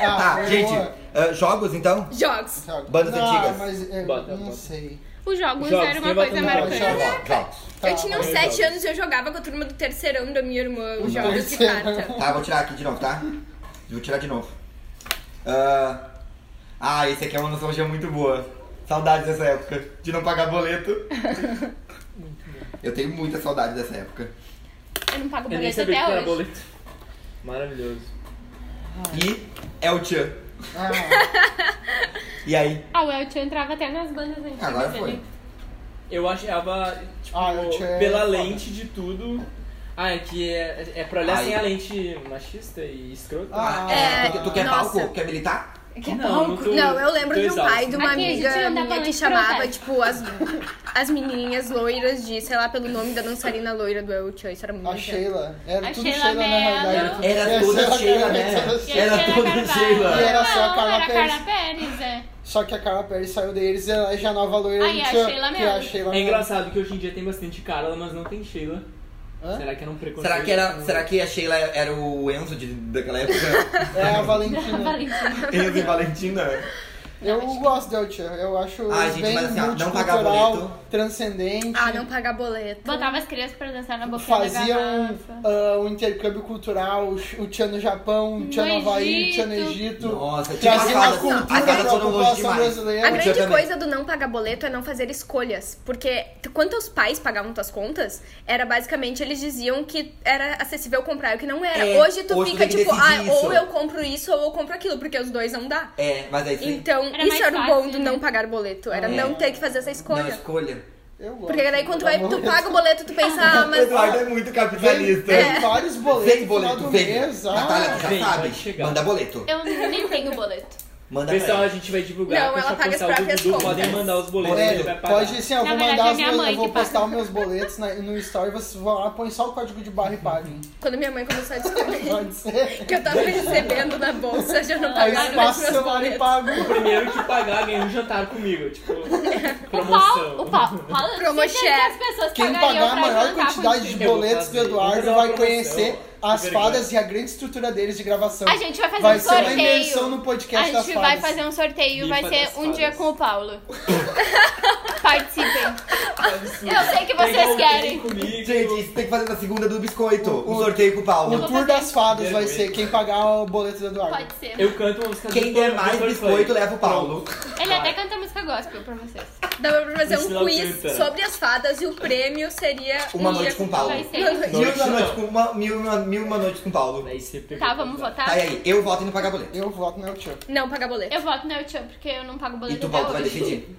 Ah, Tá, foi gente, boa. ah, jogos então? Jogos. Sabe? bandas não, antigas. Mas, é, Bota, não bota. sei. Os jogos, Jogos, era quem uma bota coisa no balde? marcante. Jogos. Tá, eu tinha uns eu 7 jogo. anos e eu jogava com a turma do terceirão da minha irmã, os jogos de terceirão. carta. Tá, vou tirar aqui de novo, tá? Vou tirar de novo. Ah, ah, esse aqui é uma nostalgia muito boa. Saudades dessa época. De não pagar boleto. Eu tenho muita saudade dessa época. Eu não pago Eu nem boleto sabia que é até era hoje. boleto. Maravilhoso. E é o Tchan. Ah, E aí? Ah, o Elton entrava até nas bandas antigas. Agora né? foi. Eu achava, tipo, Ah, eu é tinha- pela foda. lente de tudo. Ah, é que é, é pra olhar Ai. sem a lente machista e escrota. Ah, É, tu, tu quer nossa. palco? Quer militar? não, não, tô- Não, eu lembro tô de um exausto. pai de uma Aqui, a gente amiga andava minha que mais chamava, pra tipo, as, as menininhas loiras de, sei lá, pelo nome da dançarina loira do El Tchan. Isso era muito a Sheila. Era A tudo Sheila Sheila, na Mello. realidade. era tudo- Era toda Sheila Sheila, Carvalho, né? toda E Sheila. a Era Sheila toda Carvalho. Sheila. E era só a Não, Carla era a Pérez. Carla Pérez, é. Só que a Carla Pérez saiu deles e ela já é a nova loira. Aí, do a Tchan, Sheila que Mello. a Sheila É Mello. engraçado que hoje em dia tem bastante Carla, mas não tem Sheila. Hã? Será que era um preconceito? Será que, era, será que a Sheila era o Enzo de, daquela época? É a Tá Valentina. Valentina. Enzo e Valentina? eu gosto do El Tchan. Eu acho Ai, gente, bem mas assim, ó, não pagar multicultural, boleto. transcendente. Ah, não pagar boleto. Botava as crianças pra dançar na boquinha fazia da um, garrafa. ah, um intercâmbio cultural, o Ch- o Tchan no Japão, o Tchan no No Havaí, o Tchan no Egito. Egito. Nossa, tinha Trazia uma as fadas. cultura As fadas pra foram longe população demais. A brasileira. Eu grande também. coisa do não pagar boleto é não fazer escolhas. Porque t- quando teus pais pagavam tuas contas, era basicamente eles diziam que era acessível comprar e o que não era. É, hoje tu hoje tu fica tem que tipo, ah, decidir ou isso. eu compro isso ou eu compro aquilo, porque os dois não dá. É, mas aí sim. Então, Era isso mais era o fácil, bom do né? não pagar boleto. Era É. não ter que fazer essa Então, Não, escolha. escolha. Eu gosto. Porque daí quando tu, vai, tu Amor. paga o boleto, tu pensa, ah, mas. Eduardo é muito Vem, É. capitalista. vem vários boletos Vem no final boleto, do vem. mês. ah. Natália, tu já Vem, vai sabe. chegar. Manda boleto. Eu nem tenho boleto. Manda pra Pessoal, a ela. gente vai divulgar. Não, com ela essa paga as postal do próprias Dudu, contas. Podem mandar os boletos, ele vai É, pagar. pode sim, eu Na vou verdade, mandar é as minha minhas, mãe eu vou que paga. postar os meus boletos na- no story, vocês vão lá, põe só o código de barra e paguem. Quando minha mãe começou a descobrir Pode ser. que eu tava recebendo na bolsa, já não Aí pagava você mais passa a meus semana e boletos. paga. O primeiro que pagar ganha um jantar comigo. Tipo, O pau, promoção. o pau. Fala, Promotion. se tem as pessoas Quem pagariam pagar a pra maior jantar quantidade contigo. de Eu vou boletos do fazer. Vou fazer Eduardo uma vai promoção. conhecer Que as vergonha. fadas e a grande estrutura deles de gravação. A gente vai fazer Vai um ser uma sorteio. imersão no podcast a das gente vai fadas. fazer um sorteio, vai Bifa das ser um dia fadas. com o Paulo. Participem. Eu sei que Tem vocês alguém querem. Comigo. Gente, isso tem que fazer na segunda do biscoito. O- um sorteio com o Paulo. O tour das fadas vai ser Vergonha. quem pagar o boleto do Eduardo. Pode ser. um Eu canto uma música Quem do der Flor- mais do Flor biscoito Flor. leva o Paulo. Ele até canta música gospel pra vocês. Dava pra fazer Isso um não quiz aguenta. sobre as fadas e o prêmio seria. Uma um dia noite com o Paulo. Vai Uma ser. noite. Mil e uma Não. noite com uma, mil, e uma, mil e uma noite com o Paulo. Aí você pegou Tá, vamos pra- votar? Tá e aí, eu voto e não pagar boleto. Eu voto no El Tchan. Não, pagar boleto. Eu voto no El Tchan, porque eu não pago E boleto tu, até Paulo, tu vai hoje. decidir.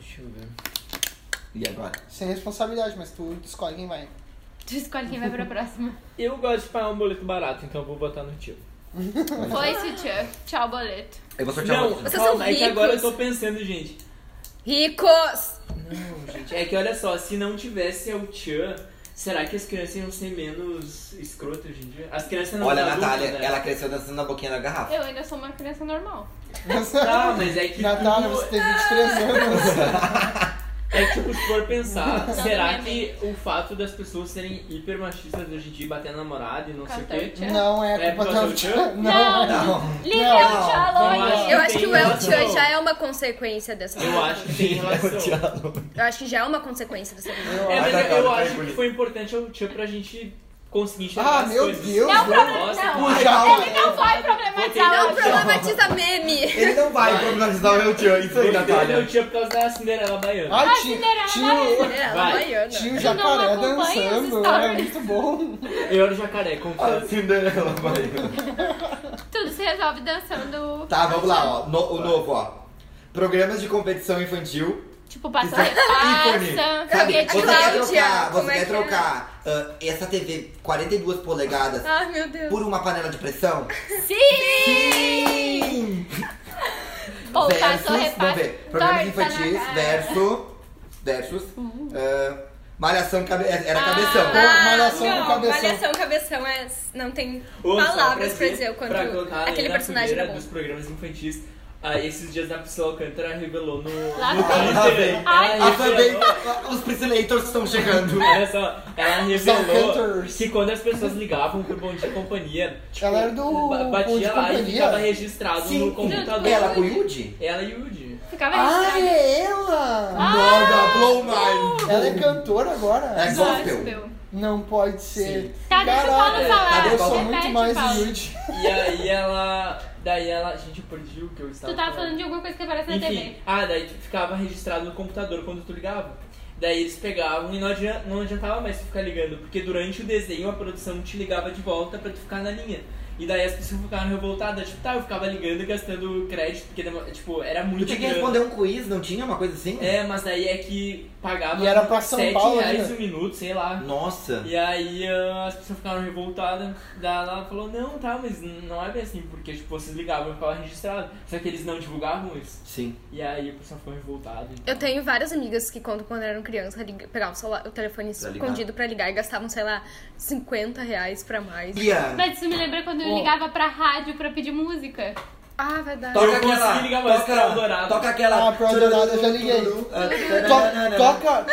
Deixa eu ver. E agora? Sem responsabilidade, mas tu escolhe quem vai. Tu escolhe quem vai pra próxima. Eu gosto de pagar um boleto barato, então eu vou botar no tio. Foi esse o Tchan. Tchau, boleto. Eu vou sortear Não, o boleto. Vocês são calma, é que agora eu ricos. tô pensando, gente. Ricos! Não, gente, é que olha só, se não tivesse o Tchan, será que as crianças iam ser menos escrotas hoje em dia? As crianças não Olha a são adultas, Natália, né? ela cresceu dançando na boquinha da garrafa. Eu ainda sou uma criança normal. Tá, mas é que. Natália, tu- você tem 23 Ah! anos. É que, tipo, se for pensar, é será minha que o fato das pessoas serem hipermachistas hoje em dia, bater namorada e não sei o Cantor quê. Tchan. Não é É culpa por do causa El do Tchan. Tchan? Não. Não. Livre Não. El Tchan, Não, longe. Eu acho que o El relação. Tchan já é uma consequência dessa Eu acho que tem relação. Eu acho que já é uma consequência dessa vida. É, mas Ai, eu, eu Natália, tá acho que bonito. foi importante o Tchan pra gente conseguir enxergar Ah, as meu coisas. Deus. Não, não. problema, Nossa, não. puxa, ó. Ele não vai problematizar Não o El Tchan. problematiza meme! Ele não vai problematizar o meu tio. Isso aí, Eu Natália. não tinha por causa da Cinderela Baiana. Ai, Ah, tinha, Cinderela tinha, o- Era Vai. É, baiana. tinha o não jacaré acompanha os dançando, era stories. muito bom. Eu era o jacaré, A confesso. Cinderela assim vai. Tudo se resolve dançando. Tá, vamos lá, ó. No- o novo, ó. Programas de competição infantil Tipo, passa Isso é ícone. repassa, Sabe, foguete você Cláudia, quer lá. trocar, como você é quer que é? trocar ah, essa TV 42 polegadas Ai, meu Deus. por uma panela de pressão? Sim! Ou passa ou versus, vamos repassa. ver, programas torta infantis na cara. Uhum. versus, versus, ah, malhação cabe- Ah, era cabeção. Pô, malhação Ah, não, com cabeção. Malhação, cabeção é. Não tem Ou, só palavras pra dizer o quanto pra colocar ali aquele na personagem fogueira era bom. dos programas infantis. Ah, esses dias a Priscila Alcântara revelou no. Lá no vem. Lá vem. Ela Ah, também, revelou- os Priscilators estão chegando. Olha só, ela revelou Alcântara. que quando as pessoas ligavam pro Bom Dia e Companhia, tipo, Ela era do ba- Bom batia Dia e lá e Companhia? ficava registrado no Sim, computador. ela é com o Yudi? Ela e o Woody. Ficava Ah, registrado. é ela! Nossa, blow mine. Ela é cantora agora? É gospel. Não pode ser. Sim. Tá, deixa o Caraca, Paulo falar. Cadê Eu o sou Paulo? muito Repete, mais Paulo. humilde. E aí ela. Daí ela. Gente, eu perdi o que eu estava Tu tava falando de alguma coisa que aparece na Enfim, TV. ah, daí tu ficava registrado no computador quando tu ligava. Daí eles pegavam e não adiantava, não adiantava mais tu ficar ligando, porque durante o desenho a produção te ligava de volta pra tu ficar na linha. E daí as pessoas ficaram revoltadas, tipo, tá, eu ficava ligando e gastando crédito, porque demo- tipo, era Tu muito tinha que grana. responder um quiz, não tinha uma coisa assim? É, mas daí é que pagava E era pra São 7 Paulo reais ainda. um minuto, sei lá. Nossa. E aí ah, as pessoas ficaram revoltadas. Daí ela falou, não, tá, mas não é bem assim, porque tipo, vocês ligavam e ficavam registrado. Só que eles não divulgavam isso. Sim. E aí o pessoal ficou revoltado. Eu tenho várias amigas que quando quando eram criança lig- pegavam o, celular- o telefone Pra ligar. escondido pra ligar e gastavam, sei lá, 50 reais pra mais. Bia, Mas isso me lembra quando eu Bom. ligava pra rádio pra pedir música. Ah, verdade. Eu toca consegui aquela. ligar mais Ah, pra Toca, Eldorado. toca aquela. Ah, pra Eldorado eu já liguei. To- toca,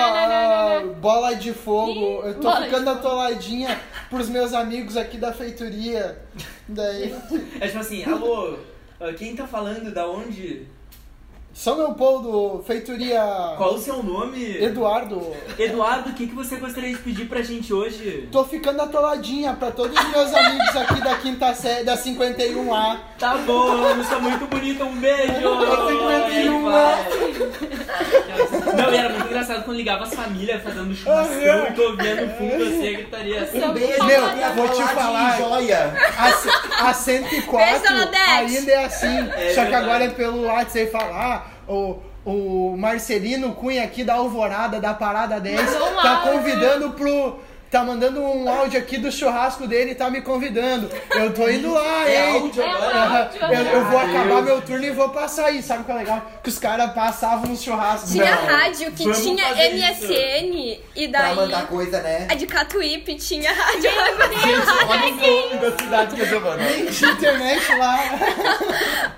toca bola de fogo. Eu tô Bola de ficando atoladinha pros meus amigos aqui da feitoria. Daí. É tipo assim, alô, ah, quem tá falando? Da onde? São Leopoldo, feitoria. Qual o seu nome? Eduardo. Eduardo, o que, que você gostaria de pedir pra gente hoje? Tô ficando atoladinha pra todos os meus amigos aqui da quinta série, da 51A. Tá bom, a música muito bonita, um beijo! Eu tenho né? E aí 51. vai. Não, e era muito engraçado quando ligava as famílias fazendo churrascão e tô ouvindo no fundo assim a gritaria assim. Um beijo, Meu, minha vou te avó lá de falar. Joia. A, c- a 104 Pensa na Dex. ainda é assim. só que verdade. agora é pelo WhatsApp sem falar. O, o Marcelino Cunha aqui da Alvorada, da Parada 10, Mandou um tá áudio. convidando pro. Tá mandando um áudio aqui do churrasco dele e tá me convidando. Eu tô indo lá, É hein? áudio É agora. áudio Eu, eu vou Meu acabar Deus. meu turno e vou passar aí. Sabe o que é legal? Que os caras passavam um churrasco. Tinha Não. rádio que Vamos tinha fazer MSN e Pra daí mandar coisa, né? a de Catuípe tinha rádio. Olha o nome da cidade que eu tô falando. Tinha internet lá.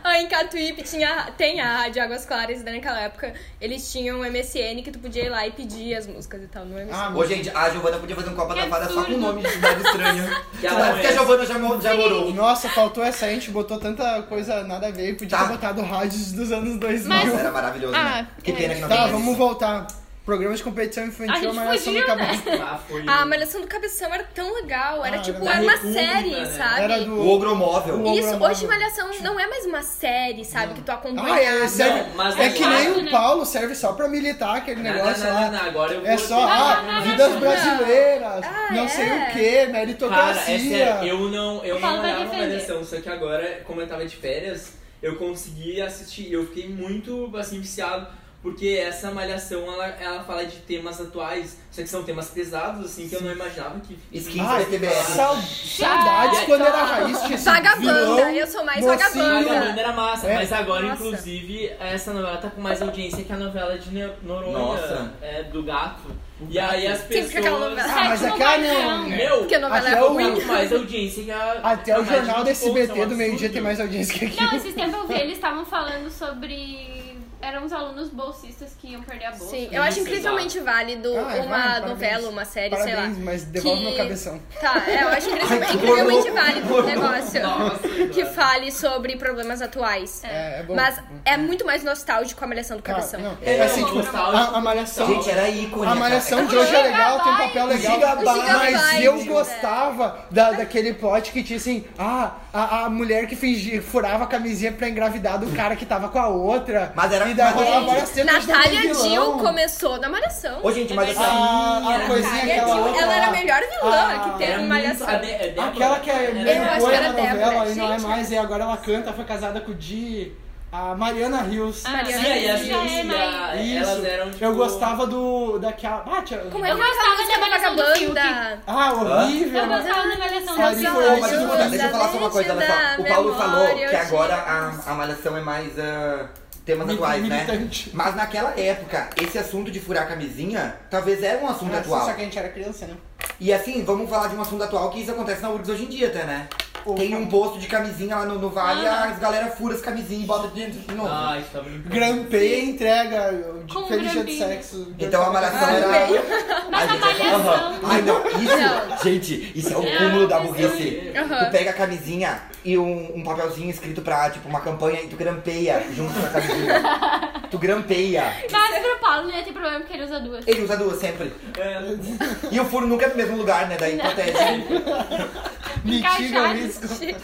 Ah, em Catuípe tinha, tem a rádio Águas Claras, e daí naquela época eles tinham um MSN que tu podia ir lá e pedir as músicas e tal é no MSN. Ô, gente, a Giovana podia fazer um Copa Que da Fada só com absurdo. nome de cidade estranha. Que é ela Cidades que a conhece. Giovana já, mo- já morou. Nossa, faltou essa, a gente botou tanta coisa nada a ver, podia Tá. ter botado rádios dos anos 2000. Mas- Nossa, era maravilhoso, né? Ah, Que pena que não Tá, tem vamos mais. voltar. Programa de competição A infantil, gente mas essa fugiu, né? nunca mais. Ah, foi. Ah, a Malhação do Cabeção era tão legal. Era Ah, tipo, era era uma República, série, né? sabe? Era O do. Ogromóvel. O Isso, programa. hoje Malhação não é mais uma série, sabe? Que tu acompanha. Ah, é, serve... Não, mas é não que é nem fácil, o né? Paulo serve só pra militar aquele Não, negócio não, não, lá. não, não, agora eu vou É só, não, ah, não, vidas não. brasileiras, Ah, não é. sei o que, Cara, é meritocracia. sério, eu não, eu não Paulo vai olhava defender. Malhação, só que agora, como eu tava de férias, eu consegui assistir e eu fiquei muito, assim, viciado, porque essa Malhação, ela, ela fala de temas atuais, só que são temas pesados, assim, que eu não imaginava que... Ah, Skins Ai, PTBR. sau- saudades Chato. quando era raiz, tinha esse vilão. Vagabanda, eu sou mais mocinho. vagabanda. Vagabundo era massa, É. mas agora, Nossa. inclusive, essa novela tá com mais audiência que a novela de Ne- Noronha, Nossa. é, do gato. e aí as Sempre pessoas... com aquela novela. Ah, mas Sétimo aquela Guardião. não. Meu, Porque a novela Até é tá o- ruim. muito mais audiência que a... Até o a mais jornal de da poucos, é SBT um do meio-dia absurdo. tem mais audiência que Não, aqui. esses tempos eu vi, eles estavam falando sobre. Eram uns alunos bolsistas que iam perder a bolsa. Sim, eu acho Isso, incrivelmente válido Ah, uma vai, parabéns. novela, uma série, Parabéns, sei lá. mas devolve que- meu cabeção. Tá, é, eu acho incrível- Ai, que incrivelmente horror. válido o negócio Nossa, que Eduardo. fale sobre problemas atuais. É, é bom. Mas é muito mais nostálgico a Malhação do Cabeção. não. É, É assim, não, tipo, nostálgico, a, a malhação. nostálgico. Gente, era ícone. A cara. malhação de hoje é legal, tem um papel legal. Gigabyte. Mas eu Gigabyte, gostava da, daquele plot que tinha assim: ah, a, a mulher que fingia, furava a camisinha pra engravidar do cara que tava com a outra. Mas era- E daí mas era- rolava várias cenas do Natália é vilão. Dill começou na Malhação. Ô, gente, mas assim... A, a coisinha Natália aquela Dill, outra. é tipo, ela era a lá. melhor vilã Ah, que Era teve em É muito- Malhação. a Dé- Débora- Aquela que é Era- Eu acho que meio era na novela Débora, e não é gente. mais, e agora ela canta, foi casada com o Di. A Mariana Rios. Ah, Sim, Mariana a Rios. Yasmin É, e a, Isso. elas eram tipo... Eu gostava do. daquela. Ah, tia... Como Eu é que aquela gostava música da da Vanessa do Fiuk. banda? Ah, horrível. Eu tá gostava da malhação Só da de Sal. foi- Mas Anjos escuta, deixa eu falar só uma coisa, olha da só. O Paulo memória, falou que eu te agora amo. a, a malhação é mais ah, temas Mil- atuais, né? militante. Mas naquela época, esse assunto de furar a camisinha talvez era um assunto Nossa, atual. Só que a gente era criança, né? E assim, vamos falar de um assunto atual que isso acontece na URGS hoje em dia até, né? Opa. Tem um posto de camisinha lá no, no vale Ah. as galera fura as camisinhas e bota dentro de novo. Ah, isso tava limpinho. Grampeia entrega de Com feliz dia do grampinho. sexo. Então a malhação Ah, era. Mas Ai, a gente, malhação- aham. Ai, não, Não. isso, gente, isso é o É, cúmulo da mas burrice. Aham. Tu pega a camisinha e um, um papelzinho escrito pra, tipo, uma campanha e tu grampeia junto com a camisinha. tu grampeia. Mas pro Paulo não ia ter problema porque ele usa duas. Ele usa duas sempre. É, E o furo nunca é no mesmo lugar, né? Daí protege. Mitiga o Encaixado. risco.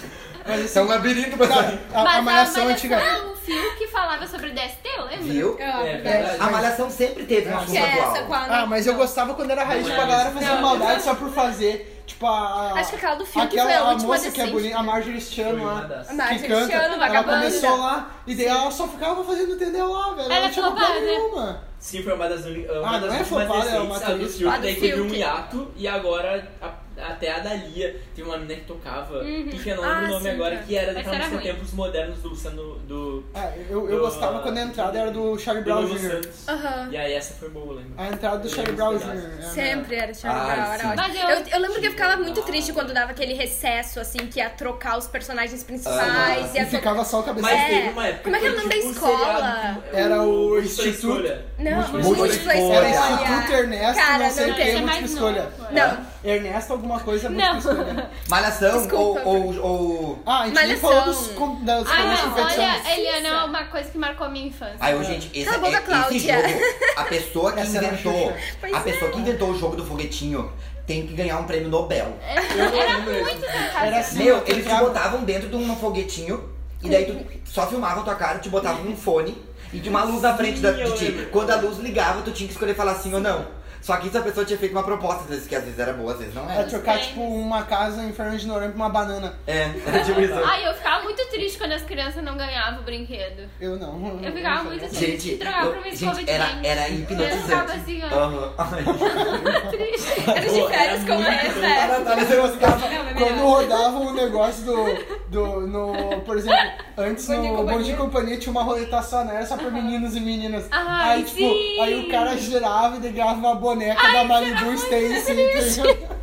Isso é um labirinto pra sair. A, a malhação malhação, antiga. o Ah, um fio que falava sobre DST, eu lembro. Viu? é É. verdade. A malhação sempre teve um Ah, assunto Que é essa com atual. a... Ah, mas eu gostava quando era raiz, Não tipo, a é galera isso. fazendo Não, maldade só por fazer. Tipo, a. Acho que aquela do filme aquela, foi a a última moça que é decente, bonita, a né? Marjorie Chan Foi uma lá. das. A Marjorie que canta, Chan, ela vagabunda. começou lá, e daí ela só ficava fazendo tendel lá, velho. Ela Ela não é tinha flopada, culpa né? nenhuma. Sim, foi uma das, uni- uma Ah, das não é últimas fofada, é decentes, uma a do atriz. Fiuk, Ah, do daí teve um Fiuk. hiato e agora a- até a Dalia teve uma menina que tocava, que eu não lembro Ah, o nome sim, agora, tá. que era Essa daquela era música ruim. Tempos Modernos do Luciano do, Ah, eu, eu Do- gostava quando a entrada era do Charlie do Brown Lulu Jr. Santos. Aham. E aí essa foi boa, eu lembro. A entrada do Eu Charlie lembro Brown desse Jr. pedaço. é a Sempre era Charlie Ai, sim. Brown, era Mas ótimo. eu- Eu, eu lembro que eu ficava muito Brown. triste quando dava aquele recesso, assim, que ia trocar os personagens melhor. principais. E ia trocar. ficava só o cabeção. Mas É. teve uma época Como é que foi é o nome da tipo um seriado é um escola? que- Era o Múltipla Instituto- Escolha. Não, Múltipla múltipla escolha. escolha. Era Instituto Ernesto, Cara, não sei o não, que, essa é múltipla mais escolha. nova. Não, Ernesto alguma coisa, Não. múltipla escolha. Malhação Desculpa. ou, ou, ou. Ah, a gente nem Malhação. falou dos, com, das Ah, não, confecções. olha, Eliana é uma coisa que marcou a minha infância. Ai, ô, gente, esse, Cala a boca, é- esse Cláudia. jogo, a pessoa que Essa era a inventou, Xuxa. Pois é. a pessoa que inventou o jogo do foguetinho tem que ganhar um prêmio Nobel. Era muito Tá Era sensacional. assim, Meu, eu eles te pegava- botavam dentro de um foguetinho e daí tu só filmava a tua cara, te botava um fone e tinha uma luz na frente da, de ti. Quando a luz ligava, tu tinha que escolher falar sim ou não. Só que isso a pessoa tinha feito uma proposta, às vezes que às vezes era boa, às vezes não Era era. trocar, tipo, uma casa em Fernando de Noronha por uma banana. É, era tipo isso. Ai, eu ficava muito triste quando as crianças não ganhavam o brinquedo. Eu não. Eu ficava muito triste. Gente, trocava eu- pra uma escova gente de era, dente. era Eu ficava hipnotizante. assim, ó. Aham. triste. eles de Pô, era férias como muito essa. Cara, tá, mas eu gostava Não, é melhor. quando rodavam o negócio do, do no, por exemplo, antes Bom Dia e no Bom Dia Companhia. e Companhia tinha uma roleta só, né? Era só pra meninos e meninas. Ai, aí, tipo, sim. aí o cara girava e daí ganhava uma boneca da Malibu Stacy. entendeu?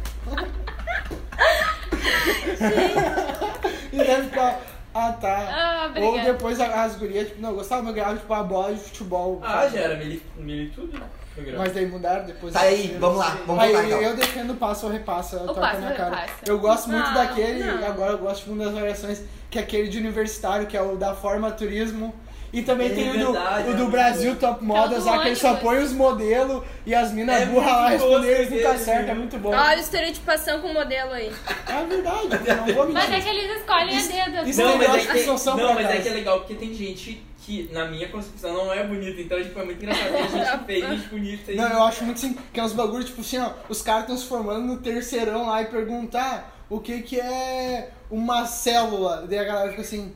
e deve ficar, ah tá. Ah, Ou obrigada. depois a- as gurias, tipo, não, eu gostava, mas eu ganhava tipo uma bola de futebol. Ah, já era mili- militude. Programa. Mas daí mudaram depois. Tá aí, vamos lá, vamos Aí voltar então. eu defendo o passo ou repassa, toca passo na ou cara. repassa. Eu gosto muito Ah, daquele, não. e agora eu gosto de uma das variações, que é aquele de universitário, que é o da forma turismo. E também É tem verdade, o do, o é do muito Brasil Top Models, do lá que ele só ônibus. põe os modelos e as minas É burras lá muito tosco respondendo, eles não tá esse, certo, viu? é muito bom. Olha a estereotipação com o modelo aí. É verdade, não vou Mas é mentir. que eles escolhem a dedo. isso- Não, Tem mas, é ótimas que, tem- solução não, pra mas casa. é que é legal porque tem gente que, na minha concepção, não é bonita, então tipo, é muito engraçado. Tem gente feia, gente bonita e. Não, eu acho muito sim, que é uns bagulho, tipo assim, ó, os caras estão se formando no terceirão lá e perguntar o que que é uma célula. Daí a galera fica assim,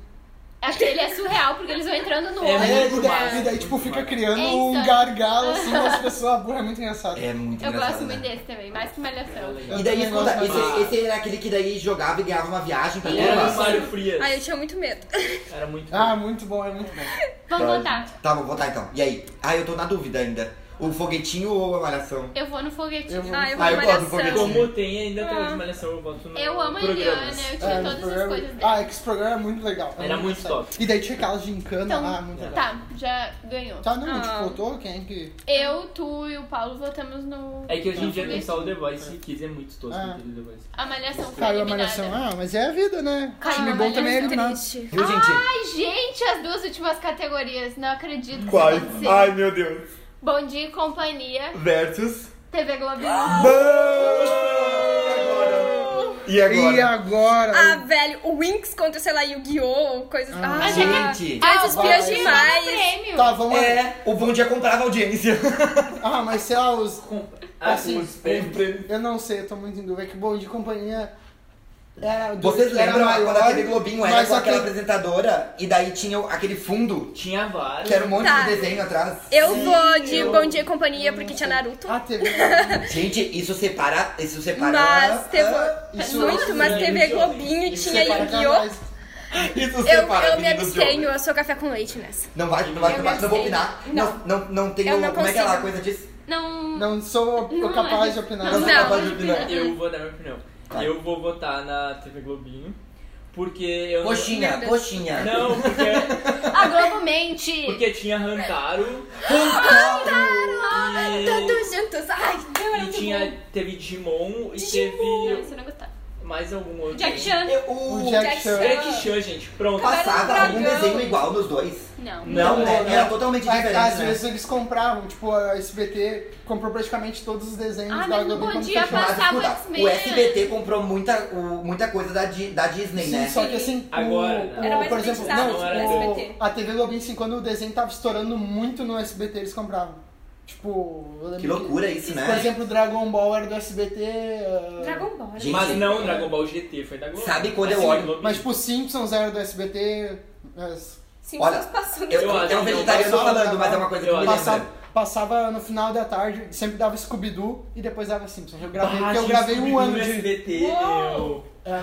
Aquele é surreal, porque eles vão entrando no É olho. É, e muito daí, massa, e daí, muito tipo, fica massa. criando É isso. um gargalo assim nas pessoas burras, é muito engraçado. É muito Eu engraçado, gosto né? muito desse também, mais que é malhação. E daí, Eu também escuta, gosto esse, esse era aquele que daí jogava e ganhava uma viagem pra E Era turma. do Mário Frias. Ai, eu tinha muito medo. Era muito. Ah, muito bom, é muito bom. Vamos voltar. Tá, vou botar então. E aí? Ah, eu tô na dúvida ainda. O foguetinho ou a malhação? Eu vou no foguetinho. Eu vou- Ai, eu Ah, eu vou gosto do malhação. foguetinho. Como tem ainda até hoje malhação, eu boto no. Ah. Eu amo a Eliana, programas. eu É, tinha o todas as programa- coisas Ah, é dela. que esse programa é muito legal. é Era muito engraçado. top. E daí tinha aquelas gincana Então, lá, Ah, muito legal. tá, já ganhou. Tá, não, Ah. tipo, voltou quem que... Eu, tu e o Paulo votamos no. É que hoje em dia tem só o The Voice e Kids é muito tosco Ah. aquele The Voice. A malhação foi Caiu a eliminada. malhação. Ah, mas é a vida, né? Caiu Time a bom também é Malhação. eliminado. Triste. Viu, gente? Ai, gente, as duas últimas categorias. Não acredito. que Quais? isso aconteceu. Ai, meu Deus. Bom dia e companhia. Versus. TV Globo. E agora? E agora? Ah, velho, o Winx contra, sei lá, Yu-Gi-Oh! ou coisas. Ah, Mas é que- Gente, Ah, essas vai. pias Isso demais. não é prêmio. Tá, vamos lá. é, o bom dia comprava audiência. Ah, mas sei lá, os... Com... Ah, sim, Assim, os prêmios. Eu não sei, eu tô muito em dúvida. É que bom de companhia... Era, do- Vocês era lembram maior, quando a TV Globinho era mas com só que- aquela apresentadora e daí tinha o- aquele fundo Tinha vários. que era um monte Tá. de desenho atrás? Eu Sim, vou de eu- Bom Dia e Companhia porque tinha Naruto. Ah, A TV Globinho. Gente, isso separa. Isso separa. Mas teve. isso- é muito, mas isso- TV Globinho Isso é tinha separa Yu-Gi-Oh! canais. Isso Eu, separa. eu meninos me de homem. abstenho, eu sou café com leite nessa. Não vai, não vai, Eu não me vai, não vou abstenho. opinar. Não, não, não tem Eu o- não Como é que é lá a consigo. coisa disso? Não. Não sou Não, capaz de é- opinar. Não sou Não. capaz de opinar. Eu vou dar minha opinião. Tá. Eu vou votar na TV Globinho. Porque eu não- Coxinha, Deus. coxinha. Não, porque, A Globo mente! porque tinha Rantaro e, Todos juntos, ai, não era e muito tinha, bom. teve Digimon e Não, teve você não gostar. mais algum outro. Jack Chan. Eu- O o Jack Jack Chan. Chan. Jack Chan, é gente. Pronto. passava Caverna do algum Dragão. desenho igual nos dois. Não. Não, Não, né? não. Era totalmente Mas, às diferente. vezes né? eles compravam, tipo, a SBT comprou praticamente todos os desenhos Ah, da mas no Globo Bom quando Dia fechou. Mas Mas passava escuta, X-Men. o SBT comprou muita, o- muita coisa da, Di- da Disney, Sim, né? só que assim, o- Agora, né? o- Era mais por exemplo, elitizado, não, né, o- SBT. a TV Globinho, assim, quando o desenho tava estourando muito no SBT, eles compravam. Tipo, eu lembro Que loucura isso, que, né? Por exemplo, Dragon Ball era do SBT. ah, Dragon Ball. Gente, Mas não, Dragon Ball GT foi da Globo. Sabe quando eu Assim, olho- Globinho. Mas tipo, Simpsons era do SBT. mas Sim, Olha, vocês passando. Eu, Eu eu, acho é um que não vegetariano passava, falando, mas é uma coisa que eu eu me acho. Passava, lembra. passava no final da tarde, sempre dava Scooby-Doo e depois dava Simpsons. Eu gravei, Bah, porque Ah, eu gente, gravei um Scooby-Doo é ano no de. SBT, meu. é,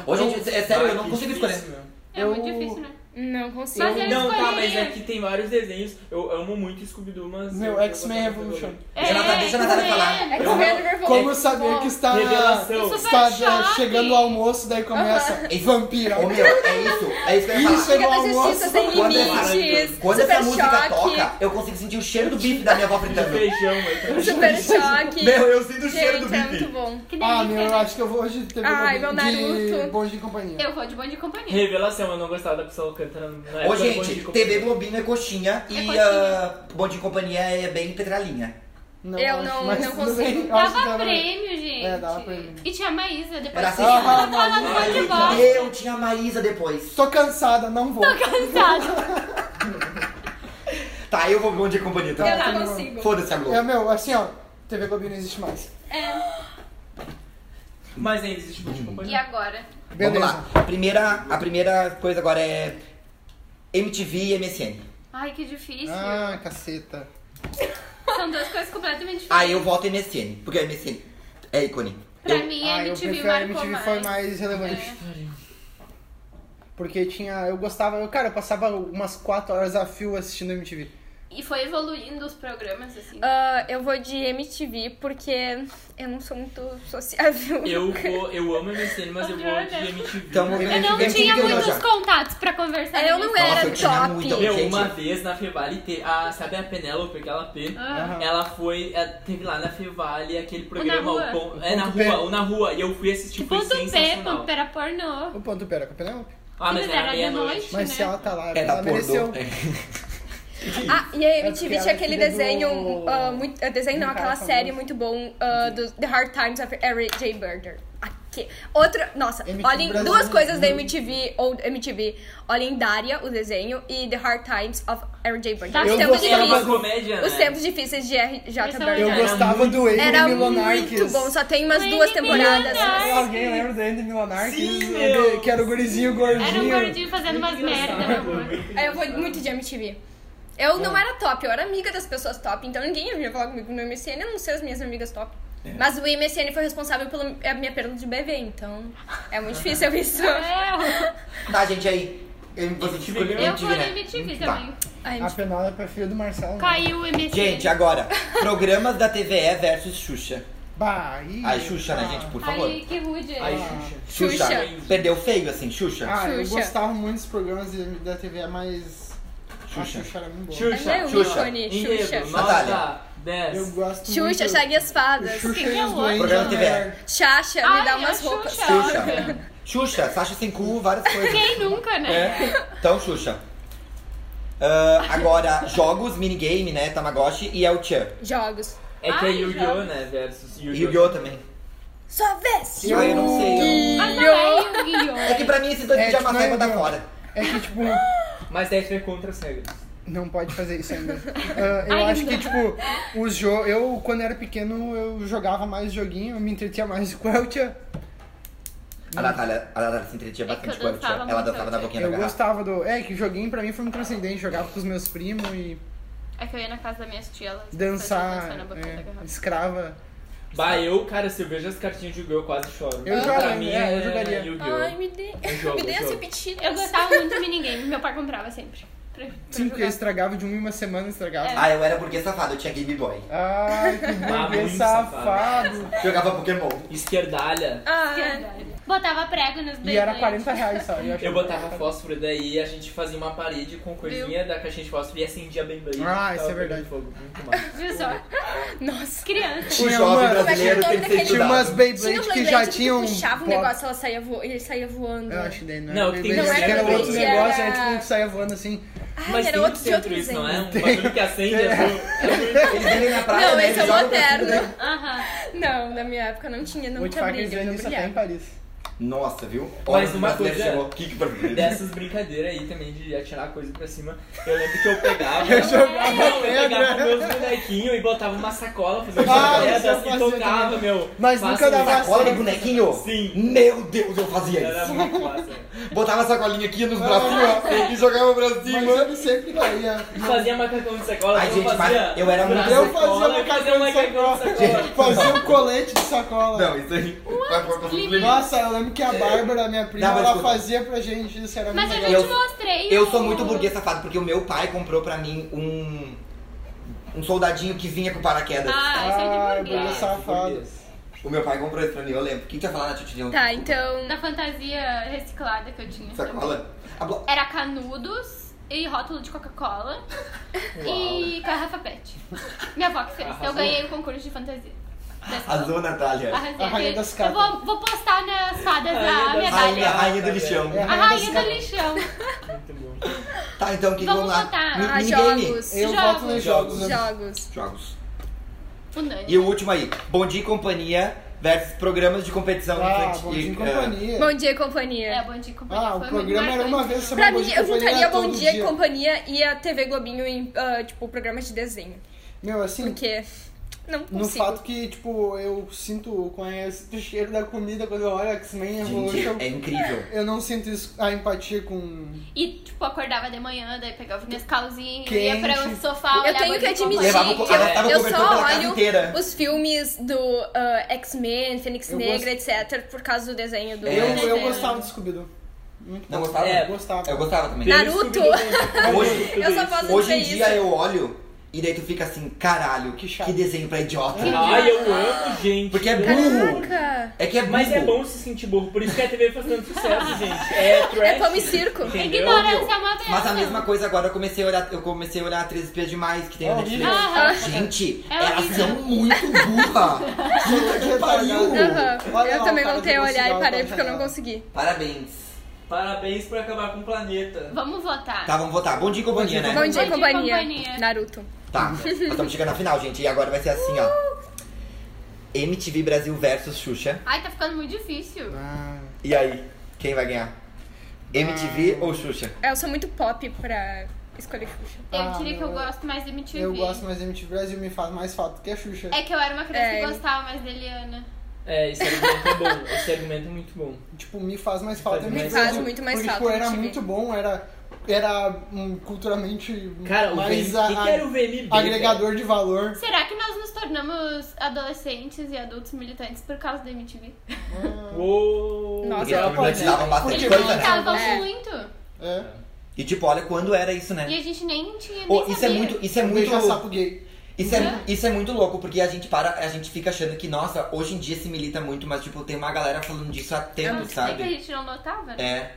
Ô, eu- gente, é sério, Bah, eu não que consigo difícil, escolher. meu. É muito difícil, né? Não consigo. Mas ele- Não, tá, mas escolheria. aqui tem vários desenhos. Eu amo muito Scooby-Doo, mas. Meu, eu vou X-Men botar no Revolution. Scooby-Doo. Renata, É, deixa a Renata é, falar. É Eu- correndo nervoso. Como saber que está, Revelação. Isso está Super Choque. Tá, chegando o almoço, daí começa Esse- Vampira. Ô, meu, é isso. É isso que eu ia Isso falar. é no Liga da almoço. Justiça sem Quando- limites. Quando Super essa música choque. toca, eu consigo sentir o cheiro do bife da minha avó De fritando. feijão, eu tô- Super choque. Meu, eu sinto o cheiro do Gente, é muito bife. bom. Que delícia. Ah, meu, eu acho que eu vou hoje de TV Ai, Globinho, meu de Naruto. Bom Dia e Companhia. Eu vou de bom de companhia. Revelação, eu não gostava da pessoa cantando na Ô, época do Bom Dia e gente, Companhia. TV Globinho é coxinha e coxinha. ah, Bom de Companhia é bem petralinha. Não, Eu acho, não- mas não tudo bem, consigo. eu acho que tá Dava dava- prêmio, gente. É, dava prêmio. E tinha a Maísa depois. Era assim. Ela tava no bom de bola. Eu tinha a Maísa depois. Tô cansada, não vou. Cansado. Tá, eu vou pro Bom Dia e Companhia Eu também. não consigo. Foda-se a É, Globo. meu, assim, ó, TV Globinho não existe mais. Mas é tipo, ainda existe Bom Dia e E Companhia. agora? Vamos Beleza. lá. A primeira, a primeira coisa agora é MTV e MSN. Ai, que difícil. Ah, caceta. São duas coisas completamente diferentes. Ah, eu voto MSN, porque a MSN é ícone. pra Eu- mim, a ah, eu MTV prefiro a marcou MTV mais. foi mais relevante. Porque tinha. Eu gostava. Eu, cara, eu passava umas 4 horas a fio assistindo MTV. E foi evoluindo os programas, assim. Ah, eu vou de MTV porque eu não sou muito sociável. Eu, vou, eu amo MSN, mas eu vou de MTV. Então, vamos ver Eu não MTV tinha que eu muitos já. contatos pra conversar. Eu nisso. não Nossa, era eu tinha top. muito. Meu, Gente. uma vez na Fevale, te- a, sabe a Penélope, aquela P? Ah. Aham. Ela foi, ela teve lá na Fevale aquele programa, Rua. Tipo o Pon- é na Ponto P. rua, o na rua, e eu fui assistir, Que foi ponto P, sensacional. ponto era pornô. O ponto pera com a Penelope. Ah, mas Mas era era de meia-noite. Mas Né? se ela tá lá, É ela da mereceu. Pornô. Ah, e a É porque MTV ela tinha é aquele filha do- desenho, ah, muito, ah, desenho não, um cara aquela série famoso. muito bom ah, do The Hard Times of Harry J. Burger. Aqui. Outra, nossa, MTV olhem Brasil. duas coisas da MTV ou MTV. Olhem Daria, o desenho, e The Hard Times of Harry J. Burger. Tá Os Eu tempos gostava Era uma difíceis. comédia, né? Os tempos difíceis de R.J. Essa Burger. Eu Era gostava do Era Andy muito Milonarques. bom, só tem umas O duas Andy temporadas. Milonarques. Alguém lembra do Andy Milonarques? Sim, meu. Que era o gurizinho gordinho. Era um gordinho fazendo umas merda, meu amor. Aí eu vou muito de MTV. Eu não era top, eu era amiga das pessoas top, então ninguém ia falar comigo no MSN, eu não sei as minhas amigas top. Mas o MSN foi responsável pela a minha perda de bebê, então é muito difícil eu isso. Eu, Tá, gente, aí. Eu- Vocês MTV, escolhem eu É, eu vou MTV, na né? MTV Tá. também. Ai, A Penelope é filha do Marcelo. Caiu o MSN. Gente, agora, programas da TVE versus Xuxa. Bah, ih. Ai, Xuxa, né, gente, por favor. Ai, que rude. Ai, Xuxa. Xuxa. Xuxa. Perdeu feio, assim, Xuxa. Ah, eu Xuxa. gostava muito dos programas de- da TV, mas. Xuxa. A Xuxa era muito boa. Xuxa, é meu Xuxa. ícone, em Xuxa. dedo, Natália. nota 10. Eu gosto muito. Xuxa, Segue as Fadas. Xuxa Quem e é os o doentes. Programa né? TVE. Chacha, Ai, me dá a umas Xuxa, roupas. Xuxa. óbvio. Xuxa, Sasha sem cu, várias coisas. Quem nunca, né? Então, Xuxa. Ah, agora, jogos, minigame, né? Tamagotchi e El Chan. Jogos. É que é Ai, Yu-Gi-Oh, né, versus E Yu-Gi-Oh. Yu-Gi-Oh! também. Ah, Só vez! Eu, eu não sei. eu- Mas não é Yu-Gi-Oh! É que pra mim esses dois É, já tipo, não passaram é da Yu-Gi-Oh. fora. É que, tipo, Mas deve ser contra as regras. não pode fazer isso ainda. Ah, eu Ainda. acho que, tipo, os jo eu, quando era pequeno, eu jogava mais joguinho, eu me entretinha mais com o Eltia. A Natália, a Natália se entretinha bastante eu com a Tchan. dançava Ela muito dançava Tchan. na boquinha da Eu garrafa. gostava do. É, que joguinho pra mim foi muito transcendente. Jogava com os meus primos e É que eu ia na casa da minha tia, ela dançar. na boquinha da é, garrafa. escrava. Bah, eu, cara, se eu vejo as cartinhas de Yu-Gi-Oh! eu quase choro. pra Eu jogaria, mim, é, eu jogaria. Yu-Gi-Oh! Ai, me dê. Eu jogo, me dê eu esse jogo. apetite. Eu gostava muito do minigame, meu pai comprava sempre. pra- pra Sim, porque eu jogar. estragava de uma em uma semana, estragava. É. Ah, eu era burguês safado, eu tinha Game Boy. Ai, que burguês Ah, muito safado. safado. Jogava Pokémon. Esquerdalha. Ah, É. Botava prego nos E beijoinhos. era 40 reais só. Eu, achava Eu botava barato. fósforo, daí a gente fazia uma parede com coisinha da caixinha de fósforo e acendia bem bem. Ah, isso é verdade. Fogo, muito massa. Viu só? nossa. Criança. O Tinha jovem uma- brasileiro Como tem que é que é o nome ser daquele- Tinha umas estudado. Tinha Beyblade um que Beyblade já que tu tinham. puxava um pop- negócio, ela saía vo... ele saía voando. Eu acho que daí não, é Não, era que tem Beyblade, Não, era era outro Beyblade, negócio, era- era tipo que saia voando assim. Ai, Mas Ah, era tem outro que de ser outro outro isso, não é? desenho. Um bagulho que acende É. assim, azul. Eles vendem na praia, Não, né? esse é Eles jogam pra moderno. cima da- Aham. Não, na minha época não tinha, não tinha Multifac brilho, e não isso até tá em brilhava. Paris. Nossa, viu? Mas Olha, uma o brasileiro coisa- chegou. Que que pra Dessas brincadeiras aí também de atirar coisa pra cima. Eu lembro que eu pegava. Eu jogava Não, eu pedra. pegava meus bonequinhos e botava uma sacola, fazia uma Ah, isso eu pedra e fazia tocava, também. meu. Mas Faço nunca dava isso. Sacola de bonequinho? Sim. Meu Deus, eu fazia isso. Era muito massa. Botava a sacolinha aqui nos bracinhos ó, e jogava pra Mas cima. eu sempre caía. Fazia macacão de sacola, Ai, eu gente, mas fazia. eu era um muito- braço Eu fazia sacola, macacão de macacão de sacola. sacola. Fazia um colete de sacola. Não, isso aí. Vai pra- pra- pra- Nossa, eu lembro que a Bárbara, minha prima, Não, mas ela escuta. fazia pra gente isso, era Mas muito eu legal. já te Eu- mostrei. Eu o- sou muito burguês safado porque o meu pai comprou pra mim um. Um soldadinho que vinha com paraquedas. Ah, isso Ah, é eu de vou burguês. safado. O meu pai comprou isso pra mim, eu um lembro. O que que ia falar na Titilion? Tá, então. Da fantasia reciclada que eu tinha. Sacola? A blo- Era canudos e rótulo de Coca-Cola e garrafa pet. Minha avó que fez. Arrasou. Eu ganhei o concurso de fantasia. Da escola. Arrasou, Natália. Arrasei. A rainha das Eu capas. vou, vou postar nas fadas Rainha a das- Rainha, medalha. rainha do lixão. É. A rainha Rainha do das lixão. Muito bom. Tá, então o que que Vamos vamos lá? botar. Mi- Ah, minigame. jogos. Eu Jogos. voto nos jogos. né? Jogos. Jogos. O Nani. E o último aí. Bom Dia e Companhia versus programas de competição Ah, infantil. bom dia em Ah, companhia. Bom dia e companhia. É, bom dia e companhia. Ah, o Foi programa muito era uma marcante. vez sobre Pra Bom mim, Dia e eu Companhia juntaria Bom todo Dia e Companhia e a TV Globinho em, ah, tipo, programas de desenho. Meu, assim, Porque é não consigo. no fato que, tipo, eu sinto com esse o cheiro da comida quando eu olho X-Men Evolution, Gente, é incrível. eu não sinto isso- a empatia com... E, tipo, acordava de manhã, daí pegava minhas calzinhas, ia Quente. pra um sofá, Eu olhava tenho que de admitir companhia. Levava um co- que ela tava eu, eu cobertor pela só casa olho inteira. os filmes do ah, X-Men, Fênix Eu um Negra, etc. por causa do desenho do... É. Eu, eu Desenho. gostava do Scooby-Doo. Muito Não bom. gostava? É. Gostava. Eu gostava um né? também. Naruto. Hoje, Eu só posso hoje dizer em é isso. dia eu olho e daí tu fica assim, caralho, que, Que chato. que desenho pra idiota. Ai, eu amo, gente. Porque é burro. Caraca! É que é burro. Mas é bom se sentir burro, por isso que a TV faz tanto sucesso, gente. É trash. É pão e circo. Entendeu? Ignorância é uma Mas a benção. mesma coisa agora eu comecei a olhar, eu comecei a olhar a 13 Espias Demais, que tem na É Netflix. horrível. Ah. Aham. Gente, É elas horrível. são muito burra. Puta que pariu. Aham. Olha Eu lá, também o cara voltei a jogou olhar e sinal parei pela porque eu não janela. consegui. Parabéns. Parabéns por acabar com o planeta. Vamos votar. Tá, vamos votar. Bom dia e companhia, né? Bom dia, e Bom companhia. Dia e Companhia. Naruto. Tá, nós estamos chegando na final, gente. E agora vai ser assim, ó. MTV Brasil versus Xuxa. Ai, tá ficando muito difícil. Ah, E aí, quem vai ganhar? É. MTV ou Xuxa? Eu sou muito pop pra escolher Xuxa. Eu Ah, diria que eu meu- gosto mais de MTV. eu gosto mais da MTV Brasil, me faz mais falta que a Xuxa. É que eu era uma criança É. que gostava mais da Eliana. É, esse argumento é bom. Esse argumento é muito bom. Tipo, me faz mais falta. faz MTV mais Brasil. falta. muito mais Porque, falta, Tipo, era MTV. muito bom, era, era hum, culturalmente Cara, o mais VMB. a- O que, que era o VMB? agregador de valor. Será que nós nos tornamos adolescentes e adultos militantes por causa da MTV? velho? Uou! Nossa, Porque eles eu problematizavam bastante Eles coisa, né? gostavam É. muito. É. E tipo, olha quando era isso, né? E a gente nem tinha nem Ô, isso é sabia. Ah, muito, isso é Um beijo a muito, sapo gay. isso é, isso é muito louco, porque a gente para, a gente fica achando que, nossa, hoje em dia se milita muito, mas tipo, tem uma galera falando disso há tempo, Não, É que a sabe? gente não notava, né? É.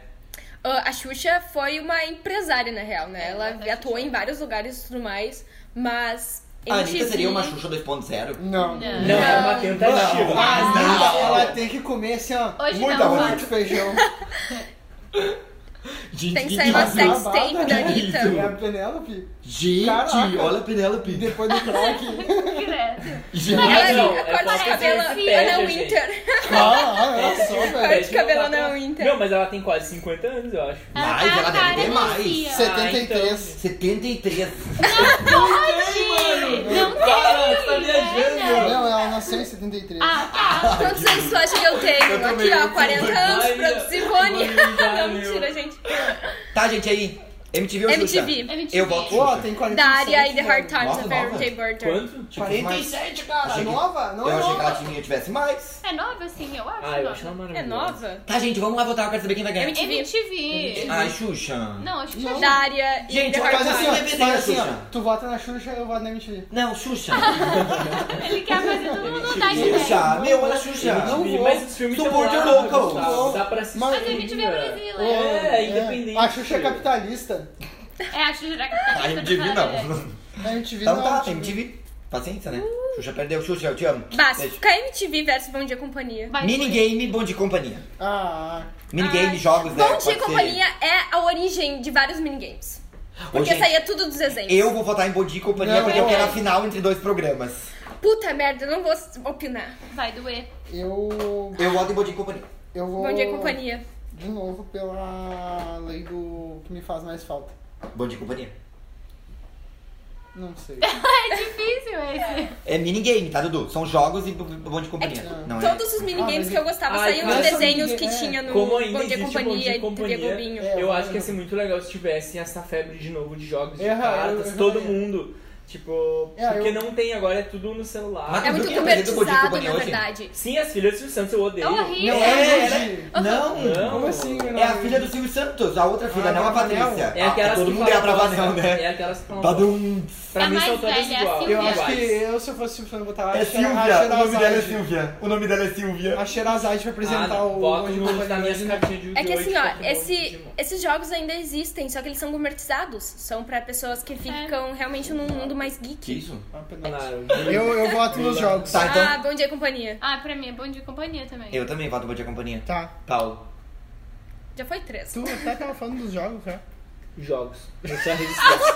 Ah, a Xuxa foi uma empresária, na real, né? É, Ela ela é atuou Xuxa. em vários lugares e tudo mais, mas. A Anitta MTV seria uma Xuxa 2.0? Não. Não. Não, Tá era uma tentativa. Não. Ah, Ela- não. Ela tem que comer assim, ó. Hoje muito não, arroz Fábio. de feijão. Gente, Tem que que sair uma bizarro. sex tape da Anitta. E É, a Penélope. Gente, Caraca. olha a E Penélope. depois do crack. Direto. Gente, Ela Não, é corta porque de cabelo você se perde, Ana gente. Winter. Ah, olha só, velho. Corte de cabelo Não dá pra- na Inter. Não, mas ela tem quase 50 anos, eu acho. tá Mais, Ah, ela deve ter mais. Lucia. Ah, então. 73. 73. Ei, mano! Não Para, tem! você tá então. viajando. Não, ela nasceu em 73. Ah, tá. Quantos anos tu acha que eu tenho? Aqui, ó, 40 anos, Ai, produzi meu, Não, meu. mentira, gente. Tá, gente, aí. MTV ou Xuxa? MTV. MTV. Eu voto Pô, Xuxa. tem 47. Daria e The Hard mano. Times Nova, of Every nova. Day Burger. Quanto? Tipo, 47, cara. Achei que- Nova? Não eu é achei que nova. ela tinha, tivesse mais. É nova, assim, eu acho. Ah, eu nova. acho ela É maravilhosa. nova? Tá, gente, vamos lá votar. Eu quero saber quem vai ganhar. MTV. MTV. Ai, Xuxa. Não, acho que já Não. Daria e Gente, The eu Hard quase Faz assim, Times. Não, ó. é verdade, Faz assim, Xuxa. ó. Tu vota na Xuxa, eu voto na MTV. Não, Xuxa. Ele quer fazer todo mundo andar é de pé. Xuxa. Meu, olha a Xuxa. Eu não- vou. Mas os filmes tão Support lá, your local. Gustavo, Dá pra assistir. Mas a MTV é brasileira. É, independente. A Xuxa é capitalista. É, acho que já que tá A MTV não. A MTV Então não tá, é MTV. Paciência, né? Xuxa perdeu. Xuxa, eu te amo. Uh. Basta, Beijo. fica MTV versus Bom Dia e Companhia. Vai. Minigame, bom de companhia. Ah, Minigame, Ai. jogos, né? Bom Dia e Pode ser. Companhia é a origem de vários minigames. Ô, Porque é gente, saía tudo dos desenhos. Eu vou votar em Bom Dia e Companhia Não, porque eu eu- quero a final entre dois programas. Puta merda, eu não vou opinar. Vai É doer. eu. Eu voto em Bom Dia e Companhia. Eu vou. Bom Dia e Companhia. De novo, pela lei do que me faz mais falta. Bom Dia e Companhia. Não sei. É difícil esse. É minigame, tá, Dudu? São jogos e b- b- Bom Dia e Companhia. Não é... Todos os Ah, minigames mas que eu gostava Ai, saíam mas dos essa desenhos miniga- que é. tinha no Como ainda Bom Dia existe e Bom Companhia Dia e e TV Companhia, Globinho. É, eu eu acho que ia lembro. ser muito legal se tivessem essa febre de novo de jogos de É, eu- cartas, eu- todo eu- mundo. Tipo, É, eu- porque não tem agora, é tudo no celular. Mas- É muito Eu apresento Bom Dia e comercializado, Companhia na hoje. verdade. Sim, as filhas do Silvio Santos eu odeio. É horrível. Não, é, ela- não. Não. Como assim, meu É a nome? filha do Silvio Santos, a outra filha, Ah, não a Bravanel. Patrícia. um- É Ah, aquelas todo que mundo é a falam Bravanel, bosta. É né? aquelas que falam bosta. Badum. Pra A mim são mais todas velha é a igual. Silvia. Eu acho que iguais. eu, se eu fosse Silvio, eu botava É a Xer- a Silvia, o nome Xerazade. dela é Silvia. O nome dela é Silvia. A Xerazade vai apresentar Ah, o bota Bom Dia e no- Companhia na minha hoje, né? cartinha de É que assim, de ó, Pokémon, esse- Digimon. esses jogos ainda existem, só que eles são comercializados. São pra pessoas que ficam realmente num mundo mais Que geek. isso? Ah, perdão. Claro. Eu, eu voto nos jogos. Tá, Ah, então. Bom Dia e Companhia. Ah, pra mim é bom de companhia também. Eu também voto Bom Dia e Companhia. Tá. Paulo. Já foi três. Tu até tava falando dos jogos, né? cara. Jogos. Eu sou a resistência.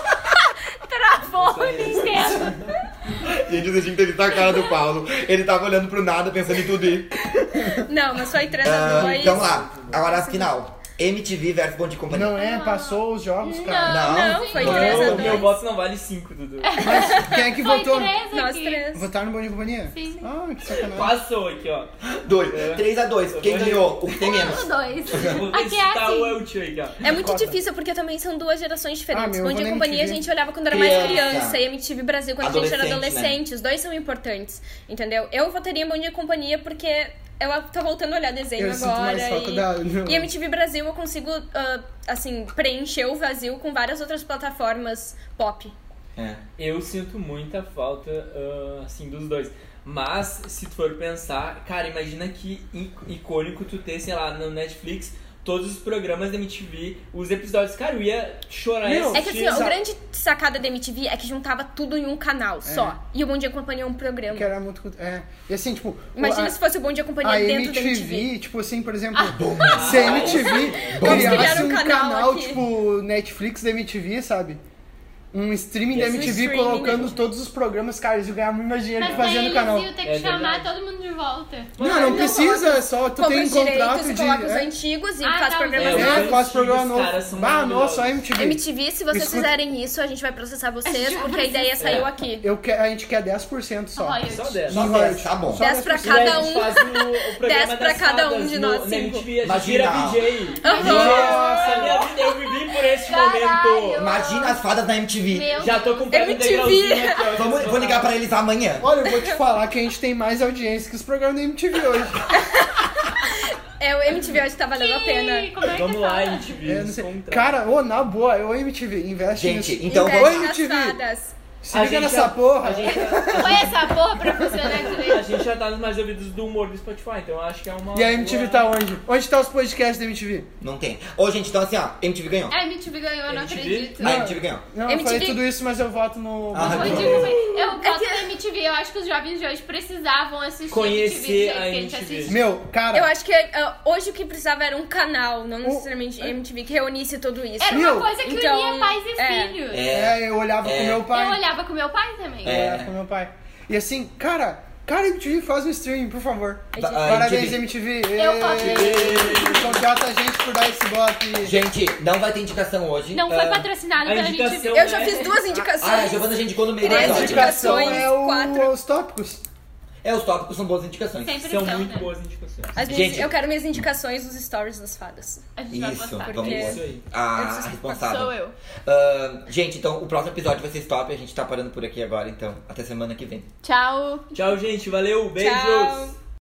Travou o Nintendo. Gente, vocês tinham que ter visto a cara do Paulo. Ele tava olhando pro nada, pensando em tudo isso. Não, mas foi três a Ah, dois. então lá, agora a final. MTV versus Bom Dia e Companhia. Não é? Passou os jogos, cara. Não, Ah. Não, não, foi não. três a Meu, meu dois. voto não vale 5, Dudu. Mas quem é que Foi votou? três aqui. Nós três. Votaram no Bom Dia e Companhia? Sim. Ah, que sacanagem. Passou aqui, ó. Dois. 3x2. Quem ganhou? O que tem menos. Um, dois. Vou Aqui é testar o assim. Eltio aqui, ó. É muito Cota. difícil porque também são duas gerações diferentes. Ah, meu, Bom eu Dia e vou na Companhia a MTV. gente olhava quando era É. mais Criança. criança e MTV Brasil quando a gente era Adolescente, né? adolescente. Os dois são importantes, entendeu? Eu votaria em Bom Dia e Companhia porque eu tô voltando a olhar desenho Eu sinto agora. mais falta e... da- não. e MTV Brasil eu consigo, ah, assim, preencher o vazio com várias outras plataformas pop. É. Eu sinto muita falta, ah, assim, dos dois. Mas, se tu for pensar, cara, imagina que i- icônico tu ter, sei lá, no Netflix, todos os programas da MTV, os episódios. Cara, eu ia chorar e Meu, É que assistir. assim, ó, o grande sacada da MTV é que juntava tudo em um É. canal só. E o Bom Dia e Companhia é um programa. Que era muito. cult- É. E assim, tipo. Imagina a, se fosse o Bom Dia e Companhia a Tipo, dentro MTV, da MTV. tipo assim, por exemplo. se a MTV Ah. Vamos criasse criar um um canal canal, aqui. tipo, Netflix da MTV, sabe? Um streaming da Esse MTV streaming, colocando né? todos os programas, cara, eles iam ganhar muito mais dinheiro Mas que daí fazendo eles o canal. assim, iam ter que É chamar verdade. todo mundo de volta. Não, não, Não, precisa, só tu compra tem um os direitos contrato e de. coloca os é, antigos e Ah, faz tá, programas os novos. é, antigos. quase programa Os novo. caras são Ah, não, maravilhosos. só MTV. MTV, se vocês Escuta- fizerem isso, a gente vai processar vocês, porque a ideia saiu aqui. Eu que, a gente quer 10% só. Royalties. Só dessa. Só Sim, dez, vai. tá bom. Só- Dez pra E aí cada a um. gente faz o, o programa Dez pra das cada fadas um de no- nós Na cinco. MTV, a gente vira Imagina. VJ. Aham. Nossa, minha vida, eu vivi por este momento. Imagina as fadas na MTV. Meu Já tô Deus. com o pé no MTV. degrauzinho aqui, ó. Vamos, vou ligar pra eles amanhã. Olha, eu vou te falar que a gente tem mais audiência que os programas da MTV hoje. É, o MTV hoje tá valendo a Ih, pena. Como é que Vamos é lá, fala? MTV. É, não nos sei. contrata. Cara, ô, na boa, ô MTV, investe Gente, nisso. então Investe vamos. Oi, nas MTV. fadas. Se A liga gente nessa já- porra. A gente, já- Foi essa porra pra funcionar a direito. gente já tá nos mais ouvidos do humor do Spotify, então eu acho que é uma. E a MTV boa- tá onde? Onde tá os podcasts da MTV? Não tem. Ô, gente, então assim, ó, MTV ganhou. A MTV ganhou, eu não MTV? acredito. A MTV ganhou. Não, eu MTV. falei tudo isso, mas eu voto no. Ah, Eu tá. digo, mas Eu É gosto que- da MTV, eu acho que os jovens de hoje precisavam assistir Conhecer MTV do jeito a que gente MTV. assiste. Meu, cara. Eu acho que ah, hoje o que precisava era um canal, não necessariamente MTV, que reunisse tudo isso. Era Meu, uma coisa que então, unia pais e é. filhos. É. É, eu olhava É. com meu pai. Eu olhava com meu pai também. É. Eu olhava com meu pai. E assim, cara, Cara, MTV, faz um streaming, por favor. Da- ah, Parabéns, MTV. MTV. Eu falei. Contrata a gente por dar esse bote. Gente, não vai ter indicação hoje. É. Não foi Ah, patrocinado então, a pela indicação- é MTV. Eu já fiz duas Ah, a indicações. Giovana já indicou no meio do Três A episódio. indicações. indicação é o- quatro. os tópicos. É, os tópicos são boas indicações. Sempre São são, muito né? boas indicações. As minhas- Gente. eu quero minhas indicações dos stories das fadas. A gente vai Isso, gostar. vamos É. porque- embora. Isso aí. Eu A preciso- responsável. Sou eu. Ah, gente, então o próximo episódio vai ser stop. A gente tá parando por aqui agora, então. Até semana que vem. Tchau. Tchau, gente. Valeu. Beijos. Tchau.